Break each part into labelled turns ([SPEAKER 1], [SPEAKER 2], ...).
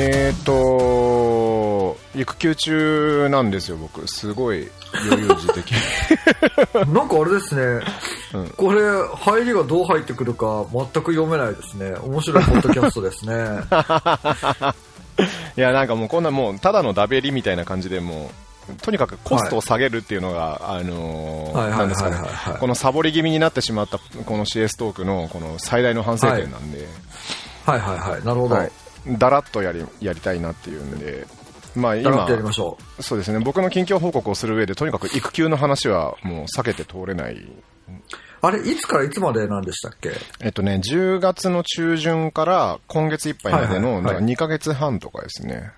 [SPEAKER 1] えーっと、育休中なんですよ、僕。すごい余裕自 適。
[SPEAKER 2] なんかあれですね、
[SPEAKER 1] うん
[SPEAKER 2] これ、入りがどう入ってくるか全く読めないですね。面白いポッドキャストで すね。
[SPEAKER 1] いや、なんかもうこんなもう、ただのダベリみたいな感じで、もう、とにかくコストを下げるっていうのが、あのー
[SPEAKER 2] はいはい
[SPEAKER 1] なんですかね
[SPEAKER 2] はいはいはいはい
[SPEAKER 1] このサボり気味になってしまった、この CS トークの、この最大の反省点なんで、
[SPEAKER 2] はいはいはい、なるほど。
[SPEAKER 1] はい。だらっとやり、やりたいなっていうんで、まあ
[SPEAKER 2] だらっ
[SPEAKER 1] 今
[SPEAKER 2] と、やりましょう。
[SPEAKER 1] そうですね、僕の近況報告をする上で、とにかく育休の話はもう避けて通れない。
[SPEAKER 2] あれ、いつからいつまでなんでしたっけ
[SPEAKER 1] えっとね、10月の中旬から今月いっぱいまで
[SPEAKER 2] はいは
[SPEAKER 1] の、
[SPEAKER 2] い
[SPEAKER 1] だ
[SPEAKER 2] はい
[SPEAKER 1] から2ヶ月半とかですね。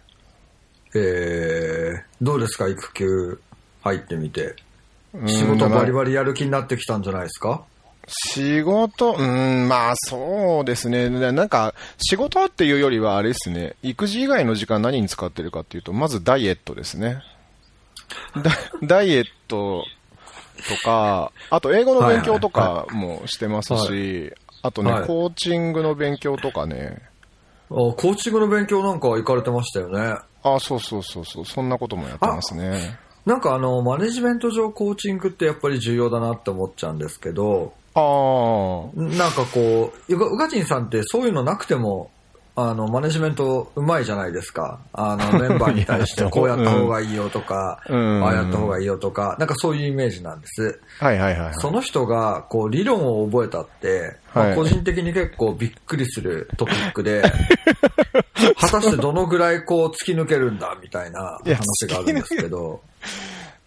[SPEAKER 2] えー、どうですか、育休入ってみて。
[SPEAKER 1] うん
[SPEAKER 2] 仕事バリ
[SPEAKER 1] まあ
[SPEAKER 2] バリやる気になってきたんじゃないですか
[SPEAKER 1] 仕事、うん、まあそうですね。ななんか、仕事っていうよりはあれですね、育児以外の時間何に使ってるかっていうと、まずダイエットですね。 ダダイエットとか、あと英語の勉強とかもしてます
[SPEAKER 2] は
[SPEAKER 1] し、あとね、
[SPEAKER 2] はい
[SPEAKER 1] コーチングの勉強とかね、
[SPEAKER 2] あコーチングの勉強なんか行かれてましたよね。
[SPEAKER 1] あ、そうそうそうそう、そんなこともやってますね。
[SPEAKER 2] なんかあの、マネジメント上コーチングってやっぱり重要だなって思っちゃうんですけど、
[SPEAKER 1] ああ。
[SPEAKER 2] なんかこう、うがうがちんさんってそういうのなくても、あの、マネジメントうまいじゃないですか。あ の、メンバーに対し
[SPEAKER 1] い
[SPEAKER 2] て
[SPEAKER 1] や
[SPEAKER 2] こうやった方がいいよとか、
[SPEAKER 1] うん
[SPEAKER 2] ああやった方がいいよとか、なんかそういうイメージなんです。
[SPEAKER 1] はいはいはいはい。
[SPEAKER 2] その人が、こう、理論を覚えたって、まあ
[SPEAKER 1] はい
[SPEAKER 2] 個人的に結構びっくりするトピッ クで、果たしてどのぐらいこう突き抜けるんだみたいない
[SPEAKER 1] や
[SPEAKER 2] 話があるんですけど、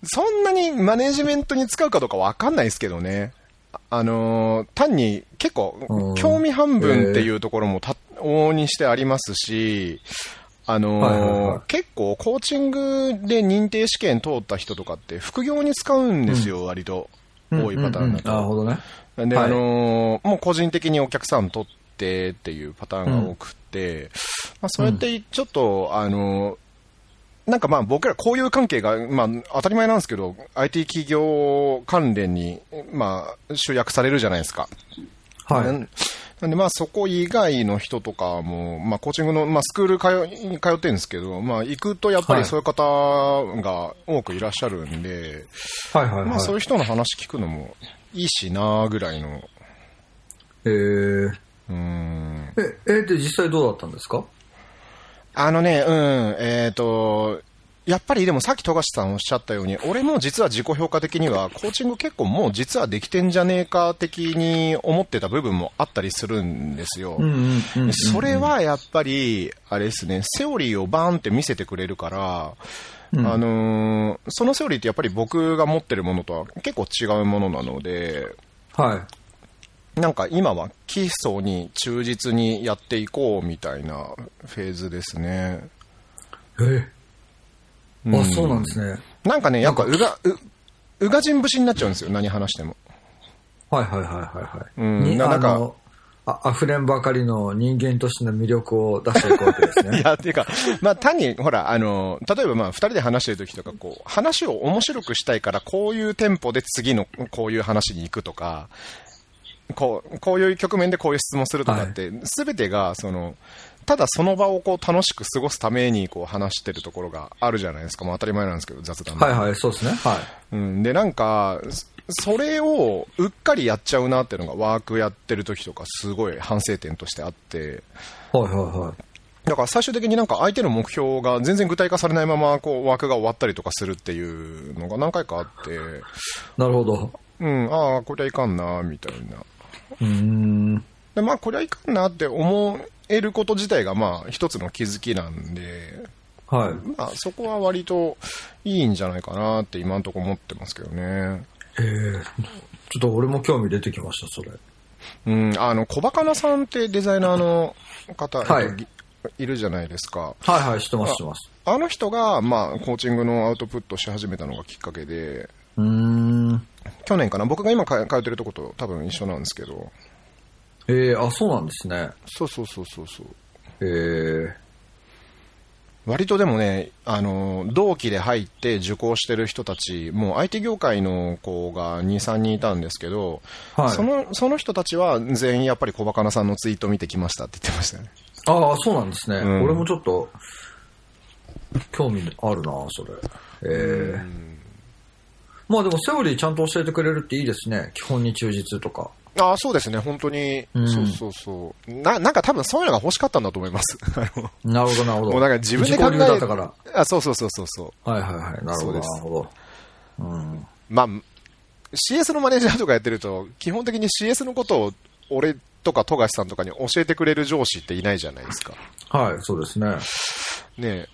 [SPEAKER 1] そんなにマネジメントに使うかどうかわかんないですけどね。ああのー単に結
[SPEAKER 2] うん
[SPEAKER 1] 構、興味半分っていうところもた往々にしてありますし、あのー
[SPEAKER 2] はいはいはい
[SPEAKER 1] 結構コーチングで認定試験通った人とかって副業に使うんですよ、割と。多いパターンだと。
[SPEAKER 2] なるほどね。
[SPEAKER 1] で、
[SPEAKER 2] はい
[SPEAKER 1] あのーもう個人的にお客さん取ってっていうパターンが多くて、まあ、それってちょっと、あのーなんかまあ僕らこういう関係が、まあ、当たり前なんですけど、IT 企業関連に、まあ、集約されるじゃないですか。
[SPEAKER 2] はい。
[SPEAKER 1] なんなんで、まあ、そこ以外の人とかも、まあ、コーチングの、まあ、スクール通い通ってるんですけど、まあ、行くとやっぱりそういう方が多くいらっしゃるんで、
[SPEAKER 2] はいはいはい。
[SPEAKER 1] まあ、そういう人の話聞くのもいいしなぐらいの
[SPEAKER 2] えー
[SPEAKER 1] うーん
[SPEAKER 2] え、えーで実際どうだったんですか
[SPEAKER 1] あのね、うん、えっ、と、やっぱりでもさっき富樫さんおっしゃったように、俺も実は自己評価的には、コーチング結構もう実はできてんじゃねえか的に思ってた部分もあったりするんですよ。
[SPEAKER 2] んうん
[SPEAKER 1] それはやっぱり、あれですね、セオリーをバーンって見せてくれるから、あのーそのセオリーってやっぱり僕が持ってるものとは結構違うものなので、
[SPEAKER 2] は
[SPEAKER 1] なんか今は基礎に忠実にやっていこうみたいなフェーズですね。
[SPEAKER 2] い。えー
[SPEAKER 1] うん
[SPEAKER 2] あ、そうなんですね。
[SPEAKER 1] なんかね、やっぱうが、う、うが人節になっちゃうんですよ、何話しても。
[SPEAKER 2] はいはいはいはい。は
[SPEAKER 1] う
[SPEAKER 2] い
[SPEAKER 1] ん
[SPEAKER 2] に
[SPEAKER 1] な
[SPEAKER 2] あ
[SPEAKER 1] なんか
[SPEAKER 2] の、あ溢れんばかりの人間としての魅力を出していくわけです
[SPEAKER 1] い
[SPEAKER 2] ね。
[SPEAKER 1] や、っていうか、まあ単に、ほら、あの、例えばまあ二人で話してる時とか、こう、話を面白くしたいから、こういうテンポで次のこういう話に行くとか、こう、こういう局面でこういう質問するとかって、すべてが、その、ただその場をこう楽しく過ごすためにこう話してるところがあるじゃないですか。まあ当たり前なんですけど、雑談で
[SPEAKER 2] はいはい、そうですね。はい。
[SPEAKER 1] うん、で、なんか、そそれをうっかりやっちゃうなっていうのがワークやってる時とかすごい反省点としてあって、
[SPEAKER 2] はいはいはい。
[SPEAKER 1] だから最終的になんか相手の目標が全然具体化されないままこうワークが終わったりとかするっていうのが何回かあって、
[SPEAKER 2] なるほど。
[SPEAKER 1] うん、ああ、こりゃいかんな、みたいな。
[SPEAKER 2] うーん。
[SPEAKER 1] で、まあこりゃいかんなって思えること自体がまあ一つの気づきなんで、
[SPEAKER 2] はい。
[SPEAKER 1] まあそこは割といいんじゃないかなって今んとこ思ってますけどね。
[SPEAKER 2] えー、ちょっと俺も興味出てきました、それ。
[SPEAKER 1] うん、あの、小バカなさんってデザイナーの方、
[SPEAKER 2] はい
[SPEAKER 1] えっとぎいるじゃないですか。
[SPEAKER 2] はいはい、知ってます、知ってます。
[SPEAKER 1] あの人が、まあ、コーチングのアウトプットし始めたのがきっかけで、
[SPEAKER 2] うーん。
[SPEAKER 1] 去年かな、僕が今か通ってるとこと多分一緒なんですけど、
[SPEAKER 2] えー、あ、そうなんですね。
[SPEAKER 1] そうそうそうそうそう。
[SPEAKER 2] えー、
[SPEAKER 1] 割とでもね、あの、同期で入って受講してる人たち、もう IT 業界の子が2、3人いたんですけど、
[SPEAKER 2] はい。
[SPEAKER 1] その、その人たちは全員やっぱり小バカなさんのツイート見てきましたって言ってましたね。
[SPEAKER 2] ああ、そうなんですね。
[SPEAKER 1] うん
[SPEAKER 2] 俺もちょっと、興味あるな、それ。ええまあでも、セオリーちゃんと教えてくれるっていいですね。基本に忠実とか。
[SPEAKER 1] ああ、そうですね、本当に、
[SPEAKER 2] うん
[SPEAKER 1] そうそうそう。な、なんか多分そういうのが欲しかったんだと思います。 あの、
[SPEAKER 2] なるほど、なるほど。
[SPEAKER 1] もうなんか自分で考え
[SPEAKER 2] 自己流だったから。
[SPEAKER 1] あ、そうそうそうそうそう。
[SPEAKER 2] はいはいはい。なる
[SPEAKER 1] そ
[SPEAKER 2] ほ
[SPEAKER 1] う
[SPEAKER 2] ど、
[SPEAKER 1] です
[SPEAKER 2] なるほど。うん。
[SPEAKER 1] まあ、CS のマネージャーとかやってると、基本的に CS のことを俺とか富樫さんとかに教えてくれる上司っていないじゃないですか。
[SPEAKER 2] はい、そうですね。
[SPEAKER 1] ねえ。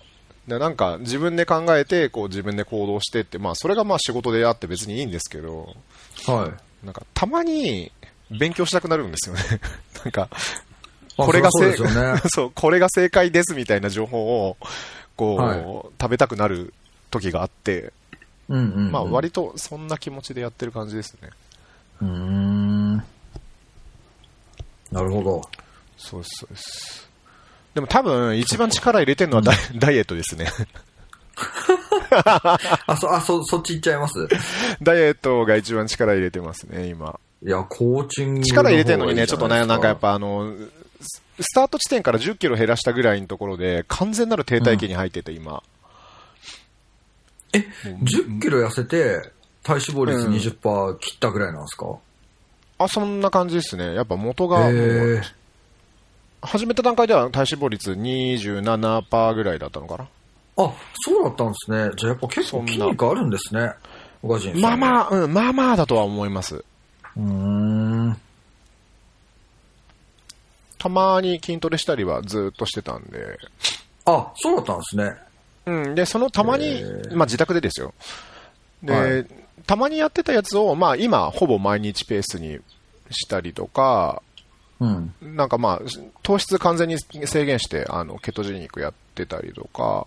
[SPEAKER 1] でなんか自分で考えて、こう自分で行動してって、まあそれがまあ仕事であって別にいいんですけど、
[SPEAKER 2] はい。
[SPEAKER 1] なんかたまに勉強したくなるんですよね。 なんか、
[SPEAKER 2] あ
[SPEAKER 1] これが
[SPEAKER 2] そり
[SPEAKER 1] 正。
[SPEAKER 2] ゃそうですよね
[SPEAKER 1] そう、これが正解ですみたいな情報を、こう、
[SPEAKER 2] はい
[SPEAKER 1] 食べたくなる時があって、
[SPEAKER 2] うんうん、うん。
[SPEAKER 1] まあ割とそんな気持ちでやってる感じですね。
[SPEAKER 2] うーん。なるほど。
[SPEAKER 1] そうです、そうです。でも多分、一番力入れてるのはダイダイエットですね。
[SPEAKER 2] あ、そ、あ、そ、そっち行っちゃいます
[SPEAKER 1] ダイエットが一番力入れてますね、今。
[SPEAKER 2] いや、コーチングの方
[SPEAKER 1] 力
[SPEAKER 2] がい
[SPEAKER 1] 入
[SPEAKER 2] い
[SPEAKER 1] れ
[SPEAKER 2] じ
[SPEAKER 1] て
[SPEAKER 2] ゃ
[SPEAKER 1] るの
[SPEAKER 2] い
[SPEAKER 1] に
[SPEAKER 2] で
[SPEAKER 1] ね、
[SPEAKER 2] す
[SPEAKER 1] ちょっとね、なんかやっ。ぱあの、ススタート地点から10キロ減らしたぐらいのところで、完全なる停滞期に入ってて、今。
[SPEAKER 2] 10キロ痩せて、体脂肪率
[SPEAKER 1] うん
[SPEAKER 2] 20%切ったぐらいなんですか、
[SPEAKER 1] あ、そんな感じですね。やっぱ元
[SPEAKER 2] え
[SPEAKER 1] が、もう
[SPEAKER 2] え
[SPEAKER 1] 始めた段階では体脂肪率27%ぐらいだったのかな。
[SPEAKER 2] あ、そうだったんですね。じゃあやっぱ結
[SPEAKER 1] そん
[SPEAKER 2] 構
[SPEAKER 1] な
[SPEAKER 2] 筋肉あるんですね。おかじんさん。
[SPEAKER 1] まあまあ、
[SPEAKER 2] あ。
[SPEAKER 1] うん、まあまあだとは思います。
[SPEAKER 2] うーん。
[SPEAKER 1] たまに筋トレしたりはずっとしてたんで。
[SPEAKER 2] あ、そうだったんですね。
[SPEAKER 1] うん、で、そのたまに、
[SPEAKER 2] へー
[SPEAKER 1] まあ自宅でですよ。で、
[SPEAKER 2] はい
[SPEAKER 1] たまにやってたやつを、まあ今、ほぼ毎日ペースにしたりとか、
[SPEAKER 2] うん。
[SPEAKER 1] なんかまあ、糖質完全に制限して、あの、ケトジェニックやってたりとか、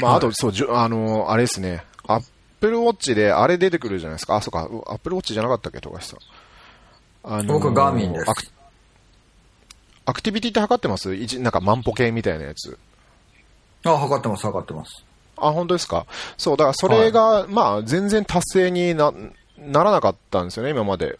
[SPEAKER 1] まあ
[SPEAKER 2] はい
[SPEAKER 1] あと、そう、じゅあの、あれですね、アップルウォッチであれ出てくるじゃないですか。あ、そうか、アップルウォッチじゃなかったっけ、富樫さん。あ
[SPEAKER 2] 僕はガーミンです
[SPEAKER 1] アクアクティビティって測ってます一なんか万歩計みたいなやつ。
[SPEAKER 2] あ、測ってます、測ってます。
[SPEAKER 1] あ、本当ですか。そう、だからそれが、まあ、全然達成になならなかったんですよね、今まで。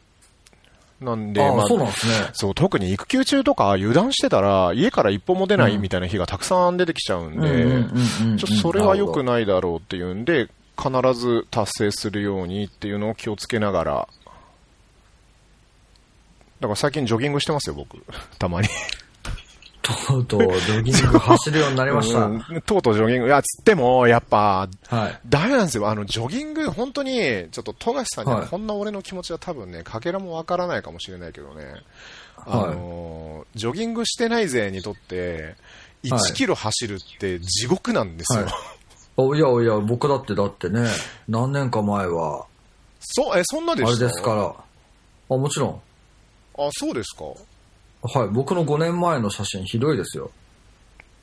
[SPEAKER 1] なんで、ま
[SPEAKER 2] あ、
[SPEAKER 1] あ、
[SPEAKER 2] そうなんですね。
[SPEAKER 1] そう特に育休中とか油断してたら、家から一歩も出ないみたいな日がたくさん出てきちゃうんで、ちょっとそれは良く
[SPEAKER 2] な
[SPEAKER 1] ないだろうっていうんで、必ず達成するようにっていうのを気をつけながら、だから最近ジョギングしてますよ、僕、たまに。
[SPEAKER 2] とうとう、ジョギング走るようになりました。
[SPEAKER 1] うんとうとうジョギング、いや、つっても、やっぱ、
[SPEAKER 2] はい。
[SPEAKER 1] ダメなんですよ。あの、ジョギング、本当に、ちょっと、富樫さんには
[SPEAKER 2] はい
[SPEAKER 1] こんな俺の気持ちは多分ね、かけらもわからないかもしれないけどね、あのー、ジョギングしてない勢にとって、
[SPEAKER 2] はい
[SPEAKER 1] 1キロ走るって地獄なんですよ。
[SPEAKER 2] はいおいやおや、僕だってだってね、何年か前は、
[SPEAKER 1] そ、え、そんなで
[SPEAKER 2] あ
[SPEAKER 1] した
[SPEAKER 2] れですから、あ、もちろん。
[SPEAKER 1] あ、そうですか。
[SPEAKER 2] はい、僕の5年前の写真ひどいですよ。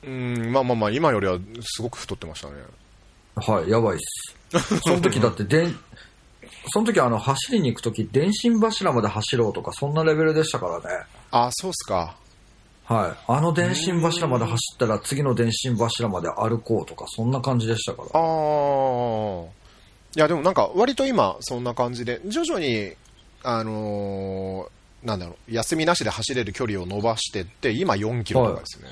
[SPEAKER 1] うん、まあまあまあ、今よりはすごく太ってましたね。
[SPEAKER 2] はい、やばいっす。その時だって、でん、その時あの、走りに行く時、電信柱まで走ろうとか、そんなレベルでしたからね。
[SPEAKER 1] あ、そうっすか。
[SPEAKER 2] はい。あの電信柱まで走ったら、次の電信柱まで歩こうとか、そんな感じでしたから。
[SPEAKER 1] あーいや、でもなんか、割と今、そんな感じで、徐々に、あのーなんだろう、休みなしで走れる距離を伸ばしてって、今4キロとかですね。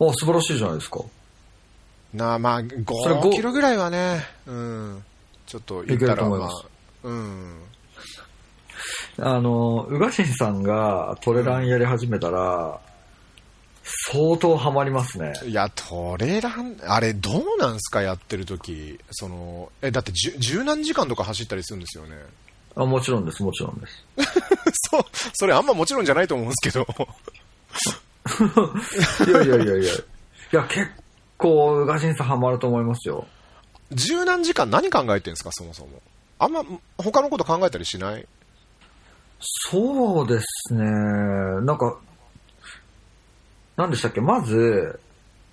[SPEAKER 2] あ、素晴らしいじゃないですか。
[SPEAKER 1] なあ、まあ、
[SPEAKER 2] それ
[SPEAKER 1] 5
[SPEAKER 2] 5
[SPEAKER 1] キロぐらいはね、うん。ちょっと行
[SPEAKER 2] い
[SPEAKER 1] っ
[SPEAKER 2] け
[SPEAKER 1] た
[SPEAKER 2] ると
[SPEAKER 1] ら、
[SPEAKER 2] 思い
[SPEAKER 1] ま
[SPEAKER 2] ま
[SPEAKER 1] あ
[SPEAKER 2] す、
[SPEAKER 1] うん。
[SPEAKER 2] あの、宇賀神さんがトレランやり始めたら、相当ハマりますね。
[SPEAKER 1] いや、トレラン、あれ、どうなんすか、やってる時その、え、だって十、十何時間とか走ったりするんですよね。
[SPEAKER 2] あもちろんです、もちろんです。
[SPEAKER 1] そう、それあんまもちろんじゃないと思うんですけど。
[SPEAKER 2] いやいやいやいや。いや、結構、宇賀神さんハマると思いますよ。
[SPEAKER 1] 十何時間何考えてるんですか、そもそも。あんま、他のこと考えたりしない
[SPEAKER 2] そうですね。なんか、何でしたっけまず、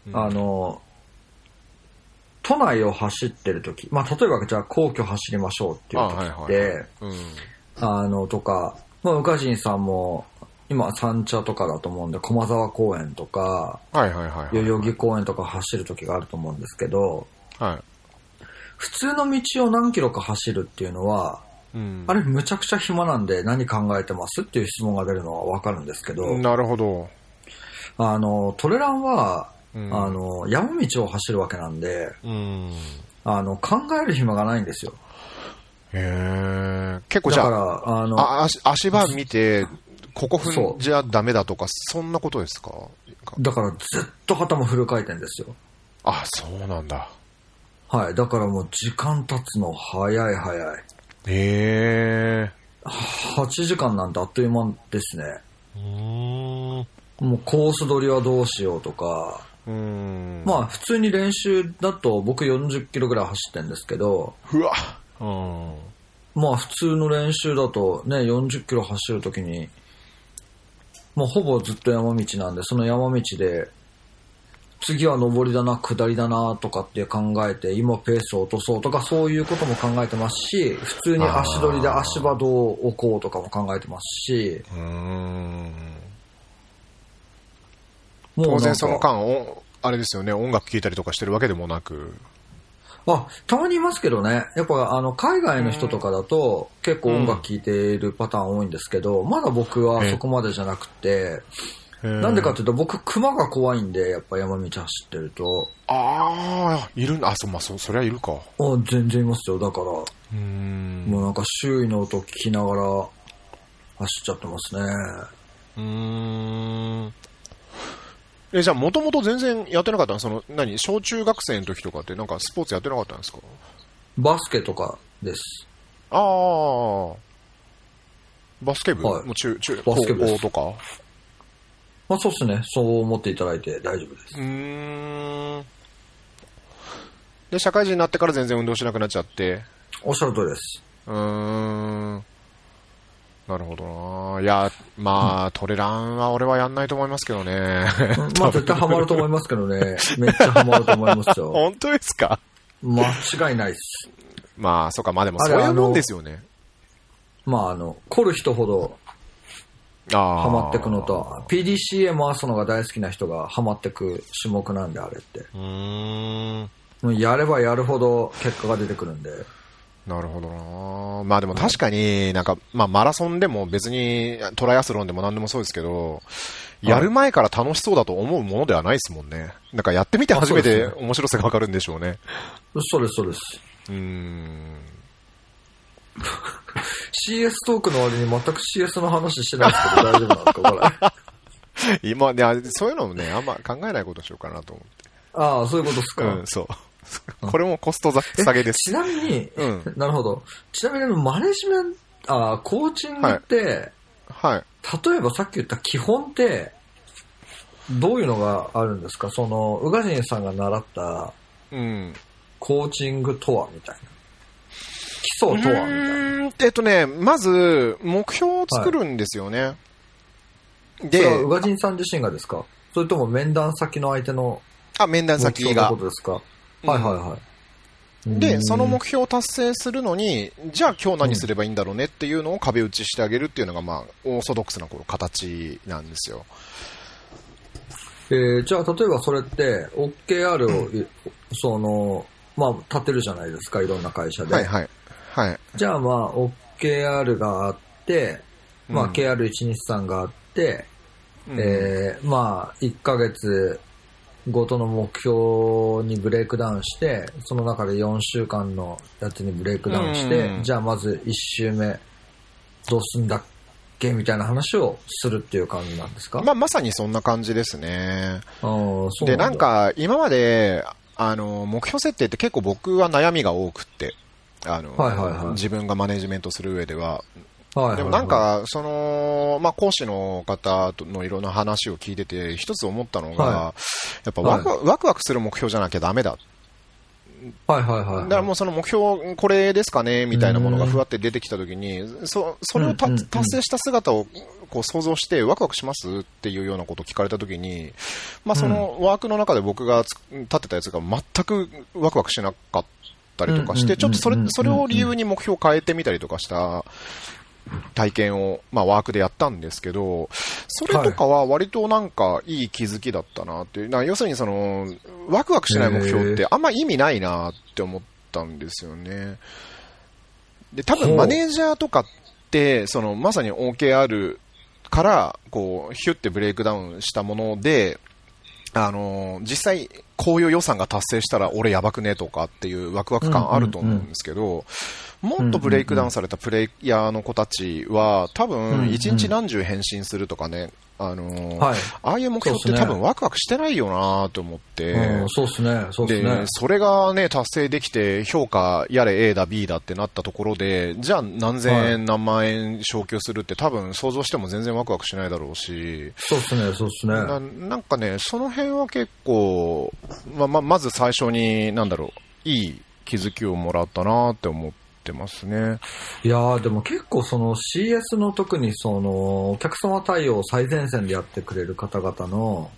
[SPEAKER 1] うん
[SPEAKER 2] あの、都内を走ってる時まあ、例えばじゃあ皇居走りましょうっていう時って、あ,、
[SPEAKER 1] うん。
[SPEAKER 2] の、とか、まあ、宇賀神さんも、今、三茶とかだと思うんで、駒沢公園とか、
[SPEAKER 1] はいはいはい、
[SPEAKER 2] 代
[SPEAKER 1] はい。
[SPEAKER 2] 々木公園とか走る時があると思うんですけど、
[SPEAKER 1] は
[SPEAKER 2] 普通の道を何キロか走るっていうのは、
[SPEAKER 1] い。うん。
[SPEAKER 2] あれむちゃくちゃ暇なんで何考えてますっていう質問が出るのはわかるんですけど、
[SPEAKER 1] なるほど。
[SPEAKER 2] あの、トレランは、
[SPEAKER 1] うん
[SPEAKER 2] あの、山道を走るわけなんで、
[SPEAKER 1] うん。
[SPEAKER 2] あの、考える暇がないんですよ。
[SPEAKER 1] へえ。結構
[SPEAKER 2] だ
[SPEAKER 1] じゃ
[SPEAKER 2] か
[SPEAKER 1] あ、
[SPEAKER 2] ら、あの、
[SPEAKER 1] あ足足場見て、ここ
[SPEAKER 2] そ
[SPEAKER 1] 踏ん
[SPEAKER 2] う
[SPEAKER 1] じゃダメだとか、そんなことですか
[SPEAKER 2] だからずっと頭フル回転ですよ。
[SPEAKER 1] あ、そうなんだ。
[SPEAKER 2] はい。だからもう時間経つの早い早い。
[SPEAKER 1] へえ。
[SPEAKER 2] 8時間なんてあっという間ですね。
[SPEAKER 1] うーん。
[SPEAKER 2] もうコース取りはどうしようとか、
[SPEAKER 1] うん。
[SPEAKER 2] まあ普通に練習だと僕40キロぐらい走ってんですけど、
[SPEAKER 1] うわうん。
[SPEAKER 2] まあ普通の練習だとね、40キロ走るときに、まあほぼずっと山道なんで、その山道で、次は上りだな、下りだなとかって考えて、今ペースを落とそうとか、そういうことも考えてますし、普通に足取りで足場どう置こうとかも考えてますし、
[SPEAKER 1] うーん。
[SPEAKER 2] もうなん
[SPEAKER 1] 当
[SPEAKER 2] か
[SPEAKER 1] 然その間、おあれですよね、音楽聴いたりとかしてるわけでもなく。
[SPEAKER 2] あ、たまにいますけどね。やっぱあの、海外の人とかだと結構音楽聴いているパターン多いんですけど、まだ僕はそこまでじゃなくて、な
[SPEAKER 1] なん
[SPEAKER 2] でかっていうと僕、熊が怖いんで、やっぱ山道走ってると、
[SPEAKER 1] ああ、いるんだ。あ、そ、まあ、そ、そりゃいるか。
[SPEAKER 2] あ全然いますよ。だから、も
[SPEAKER 1] うーん。
[SPEAKER 2] うなんか周囲の音聞きながら走っちゃってますね。
[SPEAKER 1] うーん。え、じゃあ、もともと全然やってなかったのその、何小中学生の時とかって、なんかスポーツやってなかったんですか
[SPEAKER 2] バスケとかです。
[SPEAKER 1] ああ。バスケ部、
[SPEAKER 2] はい
[SPEAKER 1] もう中、中、
[SPEAKER 2] バ
[SPEAKER 1] 高
[SPEAKER 2] スケ部で
[SPEAKER 1] 校
[SPEAKER 2] す
[SPEAKER 1] とか
[SPEAKER 2] まあそうですね。そう思っていただいて大丈夫です。
[SPEAKER 1] うーん。で、社会人になってから全然運動しなくなっちゃって。
[SPEAKER 2] おっしゃる通りです。
[SPEAKER 1] うーん。なるほどな。いや、まあ、トレランは俺はやんないと思いますけど ね。
[SPEAKER 2] まあ絶対ハマると思いますけどね。 めっちゃハマると思いますよ。
[SPEAKER 1] 本当ですか
[SPEAKER 2] 間違いないです。
[SPEAKER 1] まあ、そうか、まあでも
[SPEAKER 2] あ
[SPEAKER 1] そ
[SPEAKER 2] れ
[SPEAKER 1] ういうもんですよね。
[SPEAKER 2] まああの、凝る人ほど
[SPEAKER 1] ああ。
[SPEAKER 2] ハマってくの。と、PDCA 回すのが大好きな人がハマってく種目なんで、あれって。
[SPEAKER 1] うーん。
[SPEAKER 2] もうやればやるほど結果が出てくるんで。
[SPEAKER 1] なるほどな。まあでも確かになんか、まあマラソンでも別にトライアスロンでも何でもそうですけど、
[SPEAKER 2] い
[SPEAKER 1] やる前から楽しそうだと思うものではないですもんね。なんかやってみて初め
[SPEAKER 2] あそうで
[SPEAKER 1] て
[SPEAKER 2] す
[SPEAKER 1] 面白さがわかるんでしょうね。
[SPEAKER 2] そうです、そうです。
[SPEAKER 1] うーん。
[SPEAKER 2] CS トークの割に全く CS の話してないですけど、大丈夫なんですか、これ。
[SPEAKER 1] 今、いやそういうのもね、あんま考えないことしようかなと思って。
[SPEAKER 2] ああ、そういうことですか。
[SPEAKER 1] うん、そう。これもコストざ下げです。
[SPEAKER 2] ちなみに、
[SPEAKER 1] うん。
[SPEAKER 2] なるほど。ちなみにあの、マネジメント、ああ、コーチングって、
[SPEAKER 1] はい。
[SPEAKER 2] 例えばさっき言った基本って、どういうのがあるんですかその、宇賀神さんが習った、
[SPEAKER 1] うん。
[SPEAKER 2] コーチングとはみたいな。基礎とはみたいな。
[SPEAKER 1] うーんえっとね、まず、目標を作るんですよね。
[SPEAKER 2] それ
[SPEAKER 1] で
[SPEAKER 2] は、宇賀神さん自身がですかそれとも面談先の相手の
[SPEAKER 1] あ、面談
[SPEAKER 2] 目
[SPEAKER 1] 先
[SPEAKER 2] 標の
[SPEAKER 1] が
[SPEAKER 2] こ。とですかは
[SPEAKER 1] う
[SPEAKER 2] い
[SPEAKER 1] ん
[SPEAKER 2] はいはい。う
[SPEAKER 1] で、
[SPEAKER 2] ん
[SPEAKER 1] その目標を達成するのに、じゃあ今日何すればいいんだろうねっていうのを壁打ちしてあげるっていうのが、まあ、オーソドックスなこう形なんですよ。
[SPEAKER 2] えーじゃあ、例えばそれって、OKR をい、その、まあ、立てるじゃないですか、いろんな会社で。
[SPEAKER 1] はいはい。はい。
[SPEAKER 2] じゃあ、まあ、OKR があって、ま
[SPEAKER 1] う
[SPEAKER 2] あ、
[SPEAKER 1] ん
[SPEAKER 2] KR123 があって、えーまあ、1ヶ月ごとの目標にブレイクダウンして、その中で4週間のやつにブレイクダウンして、
[SPEAKER 1] うん
[SPEAKER 2] じゃあまず1週目、どうすんだっけみたいな話をするっていう感じなんですか
[SPEAKER 1] まあ、まさにそんな感じですね。
[SPEAKER 2] あー、そう
[SPEAKER 1] で、な
[SPEAKER 2] だ
[SPEAKER 1] ん、か、今まで、あの、目標設定って結構僕は悩みが多くって、あの、
[SPEAKER 2] はいはいはい
[SPEAKER 1] 自分がマネジメントする上では、
[SPEAKER 2] はいはいはい
[SPEAKER 1] でもなん、か、その、まあ、講師の方とのいろんな話を聞いてて、一つ思ったのが、
[SPEAKER 2] は
[SPEAKER 1] やっぱワクワクワクワクする目標じゃなきゃダメだ。
[SPEAKER 2] はいはいはいは
[SPEAKER 1] だ
[SPEAKER 2] い。
[SPEAKER 1] からもうその目標、これですかねみたいなものがふわって出てきたときに、そそれをた
[SPEAKER 2] うんうんうん
[SPEAKER 1] 達成した姿をこう想像して、ワクワクしますっていうようなことを聞かれたときに、まあ、そのワークの中で僕がつ立てたやつが全くワクワクしなかったりとかし
[SPEAKER 2] うんうんうんうんうんう
[SPEAKER 1] て、
[SPEAKER 2] ん
[SPEAKER 1] ちょっとそれそれを理由に目標を変えてみたりとかした体験を、まあ、ワークでやったんですけど、それとかは割となんかいい気づきだったなっていう、な要するにその、ワクワクしない目標ってあんま意味ないなって思ったんですよね。で、多
[SPEAKER 2] ほ
[SPEAKER 1] 分
[SPEAKER 2] う
[SPEAKER 1] マネージャーとかって、そのまさに OKR から、こう、ヒュってブレイクダウンしたもので、あの、実際、こういう予算が達成したら俺やばくねとかっていうワクワク感あると思うんですけど、もっとブレイクダウンされたプレイヤーの子たちは、多
[SPEAKER 2] うんう
[SPEAKER 1] 分
[SPEAKER 2] ん
[SPEAKER 1] 一日何十返信するとかね、あのー
[SPEAKER 2] はい。
[SPEAKER 1] ああいう目標っ
[SPEAKER 2] そう
[SPEAKER 1] て
[SPEAKER 2] っす
[SPEAKER 1] 多
[SPEAKER 2] ね
[SPEAKER 1] 分ワクワクしてないよなと思って、
[SPEAKER 2] うん、そうっすね、そうっす
[SPEAKER 1] で
[SPEAKER 2] ね。
[SPEAKER 1] それがね、達成できて、評価やれ A だ B だってなったところで、じゃあ何千円、
[SPEAKER 2] はい
[SPEAKER 1] 何万円昇給するって多分想像しても全然ワクワクしないだろうし、
[SPEAKER 2] そうっすね、そうっすね。
[SPEAKER 1] ななんかね、その辺は結構、まあまあ、まず最初に、なんだろう、いい気づきをもらったなって思ってますね。
[SPEAKER 2] いやー、でも結構その CS の特にその、お客様対応を最前線でやってくれる方々の、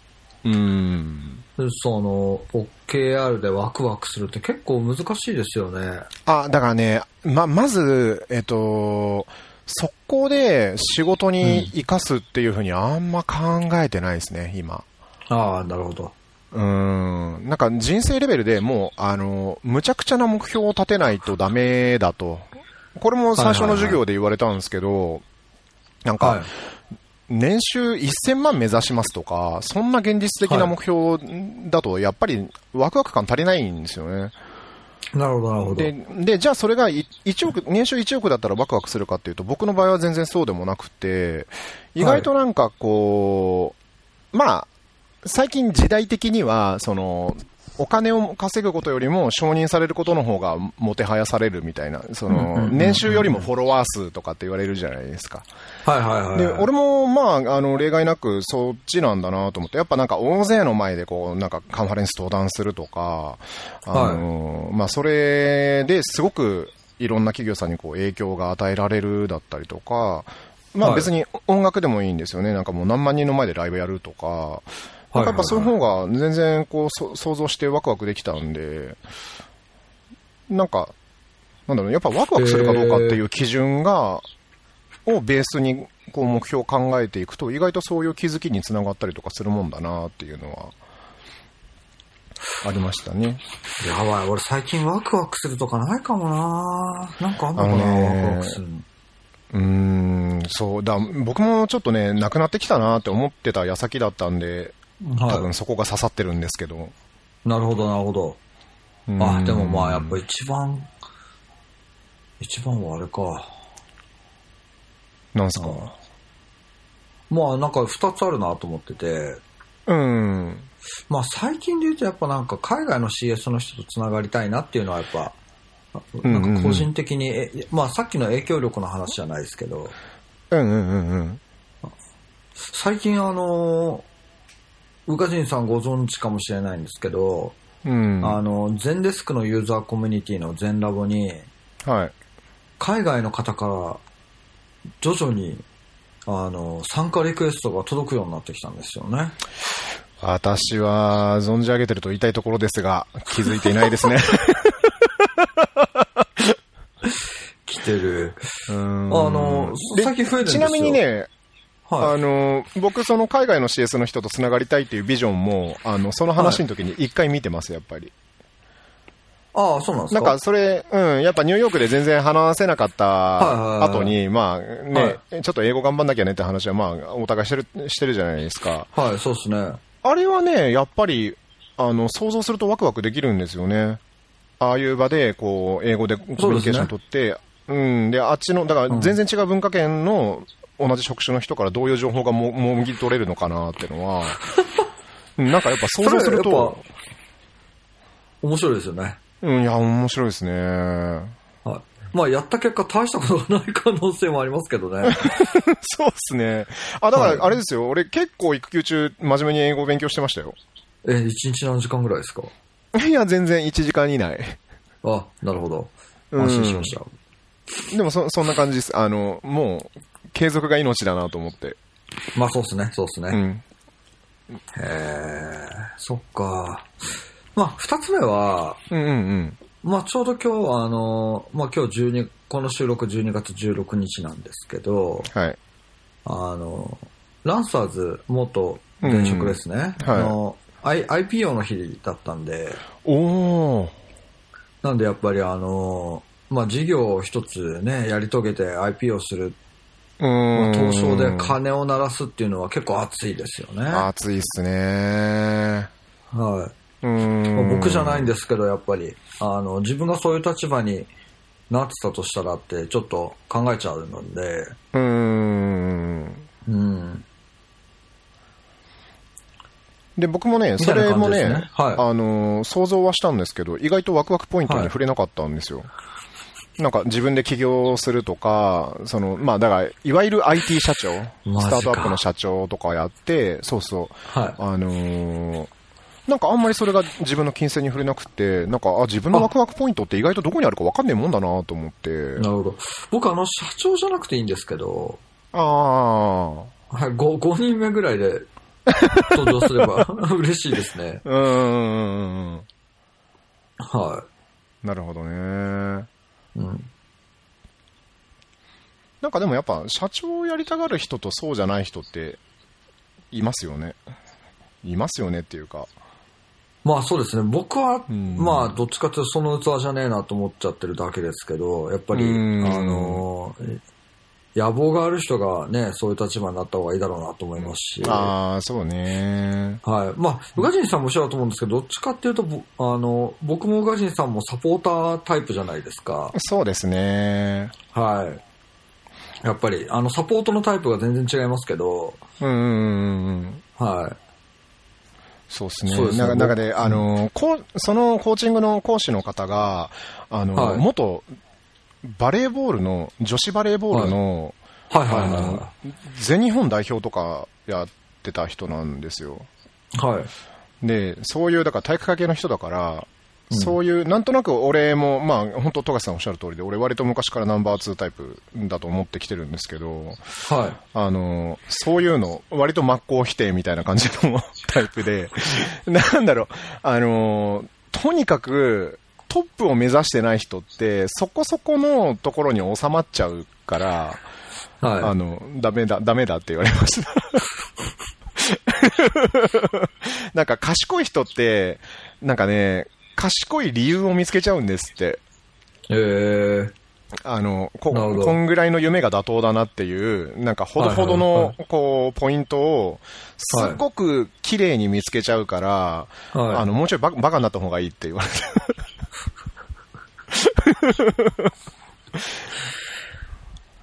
[SPEAKER 1] うん。
[SPEAKER 2] その、OKR でワクワクするって結構難しいですよね。
[SPEAKER 1] あ、だからね、ま、まず、えっと、速攻で仕事に生かすっていうふうにあんま考えてないですね、今。
[SPEAKER 2] ああ、なるほど。
[SPEAKER 1] うん。なんか人生レベルでもう、あの、むちゃくちゃな目標を立てないとダメだと。これも最初の授業で言われたんですけど、なんか、
[SPEAKER 2] はい。
[SPEAKER 1] 年収1000万目指しますとか、そんな現実的な目標だと、やっぱりワクワク感足りないんですよね。
[SPEAKER 2] なるほど、なるほど。
[SPEAKER 1] で、で、じゃあそれがい1億、年収1億だったらワクワクするかっていうと、僕の場合は全然そうでもなくて、意外となんかこう、まあ、最近時代的には、その、お金を稼ぐことよりも承認されることの方がもてはやされるみたいな、そ
[SPEAKER 2] うんうんうん
[SPEAKER 1] の、
[SPEAKER 2] うん
[SPEAKER 1] 年収よりもフォロワー数とかって言われるじゃないですか。
[SPEAKER 2] はいはいはいはい。
[SPEAKER 1] で、俺も、まあ、あの、例外なく、そっちなんだなと思って、やっぱなんか、大勢の前で、こう、なんか、カンファレンス登壇するとか、あの、まあ、それですごく、いろんな企業さんにこう、影響が与えられるだったりとか、まあ、
[SPEAKER 2] はい
[SPEAKER 1] 別に音楽でもいいんですよね。なんかもう何万人の前でライブやるとか、
[SPEAKER 2] はいはいは
[SPEAKER 1] や
[SPEAKER 2] い
[SPEAKER 1] っぱそういう方が全然こうそ想像してワクワクできたんで、なんか、なんだろう、やっぱワクワクするかどうかっていう基準が、をベースにこう目標を考えていくと、意外とそういう気づきにつながったりとかするもんだなっていうのは、ありましたね。
[SPEAKER 2] やばい、俺最近ワクワクするとかないかもななんかあんのか
[SPEAKER 1] あの
[SPEAKER 2] な、
[SPEAKER 1] ね
[SPEAKER 2] ワクワクするの。
[SPEAKER 1] うーん、そうだ、僕もちょっとね、なくなってきたなって思ってた矢先だったんで、多
[SPEAKER 2] は
[SPEAKER 1] 分そこが刺さってるんですけど。
[SPEAKER 2] い。なるほど、なるほど。
[SPEAKER 1] うん
[SPEAKER 2] あ、でもまあやっぱ一番、一番はあれか。
[SPEAKER 1] なんですか。
[SPEAKER 2] まあなんか二つあるなと思ってて、
[SPEAKER 1] うん。
[SPEAKER 2] まあ最近で言うとやっぱなんか海外の CS の人とつながりたいなっていうのはやっぱ、
[SPEAKER 1] うんうん
[SPEAKER 2] なんか個人的に、えまあさっきの影響力の話じゃないですけど、
[SPEAKER 1] うんうんうんうん。
[SPEAKER 2] 最近あの、宇賀神さんご存知かもしれないんですけど、
[SPEAKER 1] うん。
[SPEAKER 2] あの、ゼンデスクのユーザーコミュニティのゼンラボに、
[SPEAKER 1] はい。
[SPEAKER 2] 海外の方から徐々に、あの、参加リクエストが届くようになってきたんですよね。
[SPEAKER 1] 私は存じ上げてると言いたいところですが、気づいていないです ね。
[SPEAKER 2] 来てる。
[SPEAKER 1] あ
[SPEAKER 2] あの、最近増えてるんです
[SPEAKER 1] ち
[SPEAKER 2] よ。
[SPEAKER 1] なみに、ね、あ
[SPEAKER 2] はい。
[SPEAKER 1] の、僕、その海外の CS の人と繋がりたいっていうビジョンも、あの、その話の時に一回見てます、やっぱり。
[SPEAKER 2] ああ、そうなんです
[SPEAKER 1] な
[SPEAKER 2] か
[SPEAKER 1] んか、それ、うん、やっぱニューヨークで全然話せなかった
[SPEAKER 2] はいはい
[SPEAKER 1] 後に、まあね、ちょっと英語頑張んなきゃねって話は、まあ、お互いしてる、してるじゃないですか。
[SPEAKER 2] はい、そうですね。
[SPEAKER 1] あれはね、やっぱり、あの、想像するとワクワクできるんですよね。ああいう場で、こう、英語でコミュニケーション取って、うん、で、あっちの、だから全然違う文化圏の同じ職種の人からどういう情報がももぎ取れるのかなっていうの は、うんなんかやっぱ想像する
[SPEAKER 2] それやっ
[SPEAKER 1] と
[SPEAKER 2] ぱ、面白いですよね。
[SPEAKER 1] うん、いや、面白いですね。
[SPEAKER 2] はい。まあ、やった結果大したことがない可能性もありますけど ね。
[SPEAKER 1] そうですね。あ、だか
[SPEAKER 2] はい
[SPEAKER 1] らあれですよ、俺結構育休中、真面目に英語を勉強してましたよ。
[SPEAKER 2] え、1日何時間ぐらいですか
[SPEAKER 1] いや、全然1時間以内。
[SPEAKER 2] あ、なるほど。
[SPEAKER 1] うん
[SPEAKER 2] 安心しました。
[SPEAKER 1] でもそ、そんな感じです。あの、もう、継続が命だなと思って。
[SPEAKER 2] まあ、そうですね、そうですね。
[SPEAKER 1] うん。
[SPEAKER 2] へえ、そっか。まあ、二つ目は、
[SPEAKER 1] うんうんうん。
[SPEAKER 2] まあ、ちょうど今日、あの、まあ、今日12、この収録12月16日なんですけど、
[SPEAKER 1] はい。
[SPEAKER 2] あの、ランサーズ元現職ですね。
[SPEAKER 1] うんはい
[SPEAKER 2] あの、I、IPO の日だったんで、
[SPEAKER 1] おー。
[SPEAKER 2] なんでやっぱりあの、まあ、事業を一つね、やり遂げて IPO する、
[SPEAKER 1] うー
[SPEAKER 2] まあ
[SPEAKER 1] ん。
[SPEAKER 2] 東証で金を鳴らすっていうのは結構熱いですよね。は
[SPEAKER 1] 暑いっすね。
[SPEAKER 2] い。ま
[SPEAKER 1] うー
[SPEAKER 2] あ
[SPEAKER 1] ん。
[SPEAKER 2] 僕じゃないん
[SPEAKER 1] で。
[SPEAKER 2] ですけど、やっぱり、あの、自分がそういう立場になってたとしたらって、ちょっと考えちゃうので、
[SPEAKER 1] うーん。
[SPEAKER 2] うん。
[SPEAKER 1] で、僕もね、
[SPEAKER 2] みた
[SPEAKER 1] そ
[SPEAKER 2] いな
[SPEAKER 1] れも
[SPEAKER 2] 感じで
[SPEAKER 1] ね、
[SPEAKER 2] すねはい
[SPEAKER 1] あのー、想像はしたんですけど、意外とワクワクポイントに
[SPEAKER 2] はい
[SPEAKER 1] 触れなかったんですよ。なんか自分で起業するとか、その、まあだから、いわゆる IT 社長、
[SPEAKER 2] マジか
[SPEAKER 1] スタートアップの社長とかやって、そうそう、
[SPEAKER 2] はい。
[SPEAKER 1] あのーなんかあんまりそれが自分の金銭に触れなくて、なんか、あ、自分のワクワクポイントって意外とどこにあるかわかんねえもんだなと思って。
[SPEAKER 2] なるほど。僕あの、社長じゃなくていいんですけど、
[SPEAKER 1] ああ。
[SPEAKER 2] はい、5, 五人目ぐらいで登場すれば 嬉しいですね。
[SPEAKER 1] うーん。
[SPEAKER 2] は
[SPEAKER 1] なるほどね。
[SPEAKER 2] い。うん、
[SPEAKER 1] なんかでもやっぱ社長をやりたがる人とそうじゃない人っていますよね。いますよねっていうか。
[SPEAKER 2] まあそうですね、僕は、
[SPEAKER 1] うん
[SPEAKER 2] まあどっちかというとその器じゃねえなと思っちゃってるだけですけど、やっぱり、あ
[SPEAKER 1] うん
[SPEAKER 2] のー、野望がある人がね、そういう立場になった方がいいだろうなと思いますし、は
[SPEAKER 1] ああ、そうね。
[SPEAKER 2] い。まあ、宇賀神さんも一緒だと思うんですけど、どっちかっていうと、ぼあの、僕も宇賀神さんもサポータータイプじゃないですか。
[SPEAKER 1] そうですね。
[SPEAKER 2] はい。やっぱり、あの、サポートのタイプが全然違いますけど、
[SPEAKER 1] うんうんうんうん。
[SPEAKER 2] はい。
[SPEAKER 1] そうですね。
[SPEAKER 2] そうですね
[SPEAKER 1] なんかなんかで、あの、こうそのコーチングの講師の方が、あの、
[SPEAKER 2] はい
[SPEAKER 1] 元バレーボールの、女子バレーボールの、
[SPEAKER 2] はいは
[SPEAKER 1] あ
[SPEAKER 2] いはいはい
[SPEAKER 1] の。全日本代表とかやってた人なんですよ。
[SPEAKER 2] はい。
[SPEAKER 1] で、そういう、だから体育会系の人だから、
[SPEAKER 2] うん
[SPEAKER 1] そういう、なんとなく俺も、まあ、本当、富樫さんおっしゃる通りで、俺、割と昔からナンバー2タイプだと思ってきてるんですけど、
[SPEAKER 2] は
[SPEAKER 1] あの、そういうの、割と真っ向否定みたいな感じの タイプで、なんだろう、あの、とにかく、トップを目指してない人って、そこそこのところに収まっちゃうから、
[SPEAKER 2] い。はい。
[SPEAKER 1] あの、ダメだ、ダメだって言われました。 なんか賢い人って、なんかね、賢い理由を見つけちゃうんですって。
[SPEAKER 2] えー、
[SPEAKER 1] あの、こ、
[SPEAKER 2] なるほど
[SPEAKER 1] こんぐらいの夢が妥当だなっていう、なんかほどほど
[SPEAKER 2] はいは
[SPEAKER 1] の
[SPEAKER 2] い、
[SPEAKER 1] こう、ポイントを、す
[SPEAKER 2] はい
[SPEAKER 1] ごく綺麗に見つけちゃうから、
[SPEAKER 2] はい。
[SPEAKER 1] あの、もうちょいババカになった方がいいって言われて。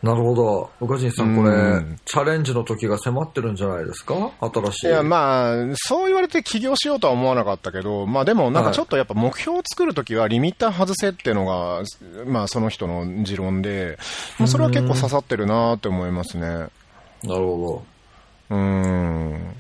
[SPEAKER 2] なるほど。宇賀神さん、これ、
[SPEAKER 1] うん
[SPEAKER 2] チャレンジの時が迫ってるんじゃないですか新しい。
[SPEAKER 1] いや、まあ、そう言われて起業しようとは思わなかったけど、まあでも、なんかちょっとやっぱ目標を作るときはリミッター外せっていうのが、まあその人の持論で、まあそれは結構刺さってるなって思いますね。
[SPEAKER 2] なるほ
[SPEAKER 1] うーん。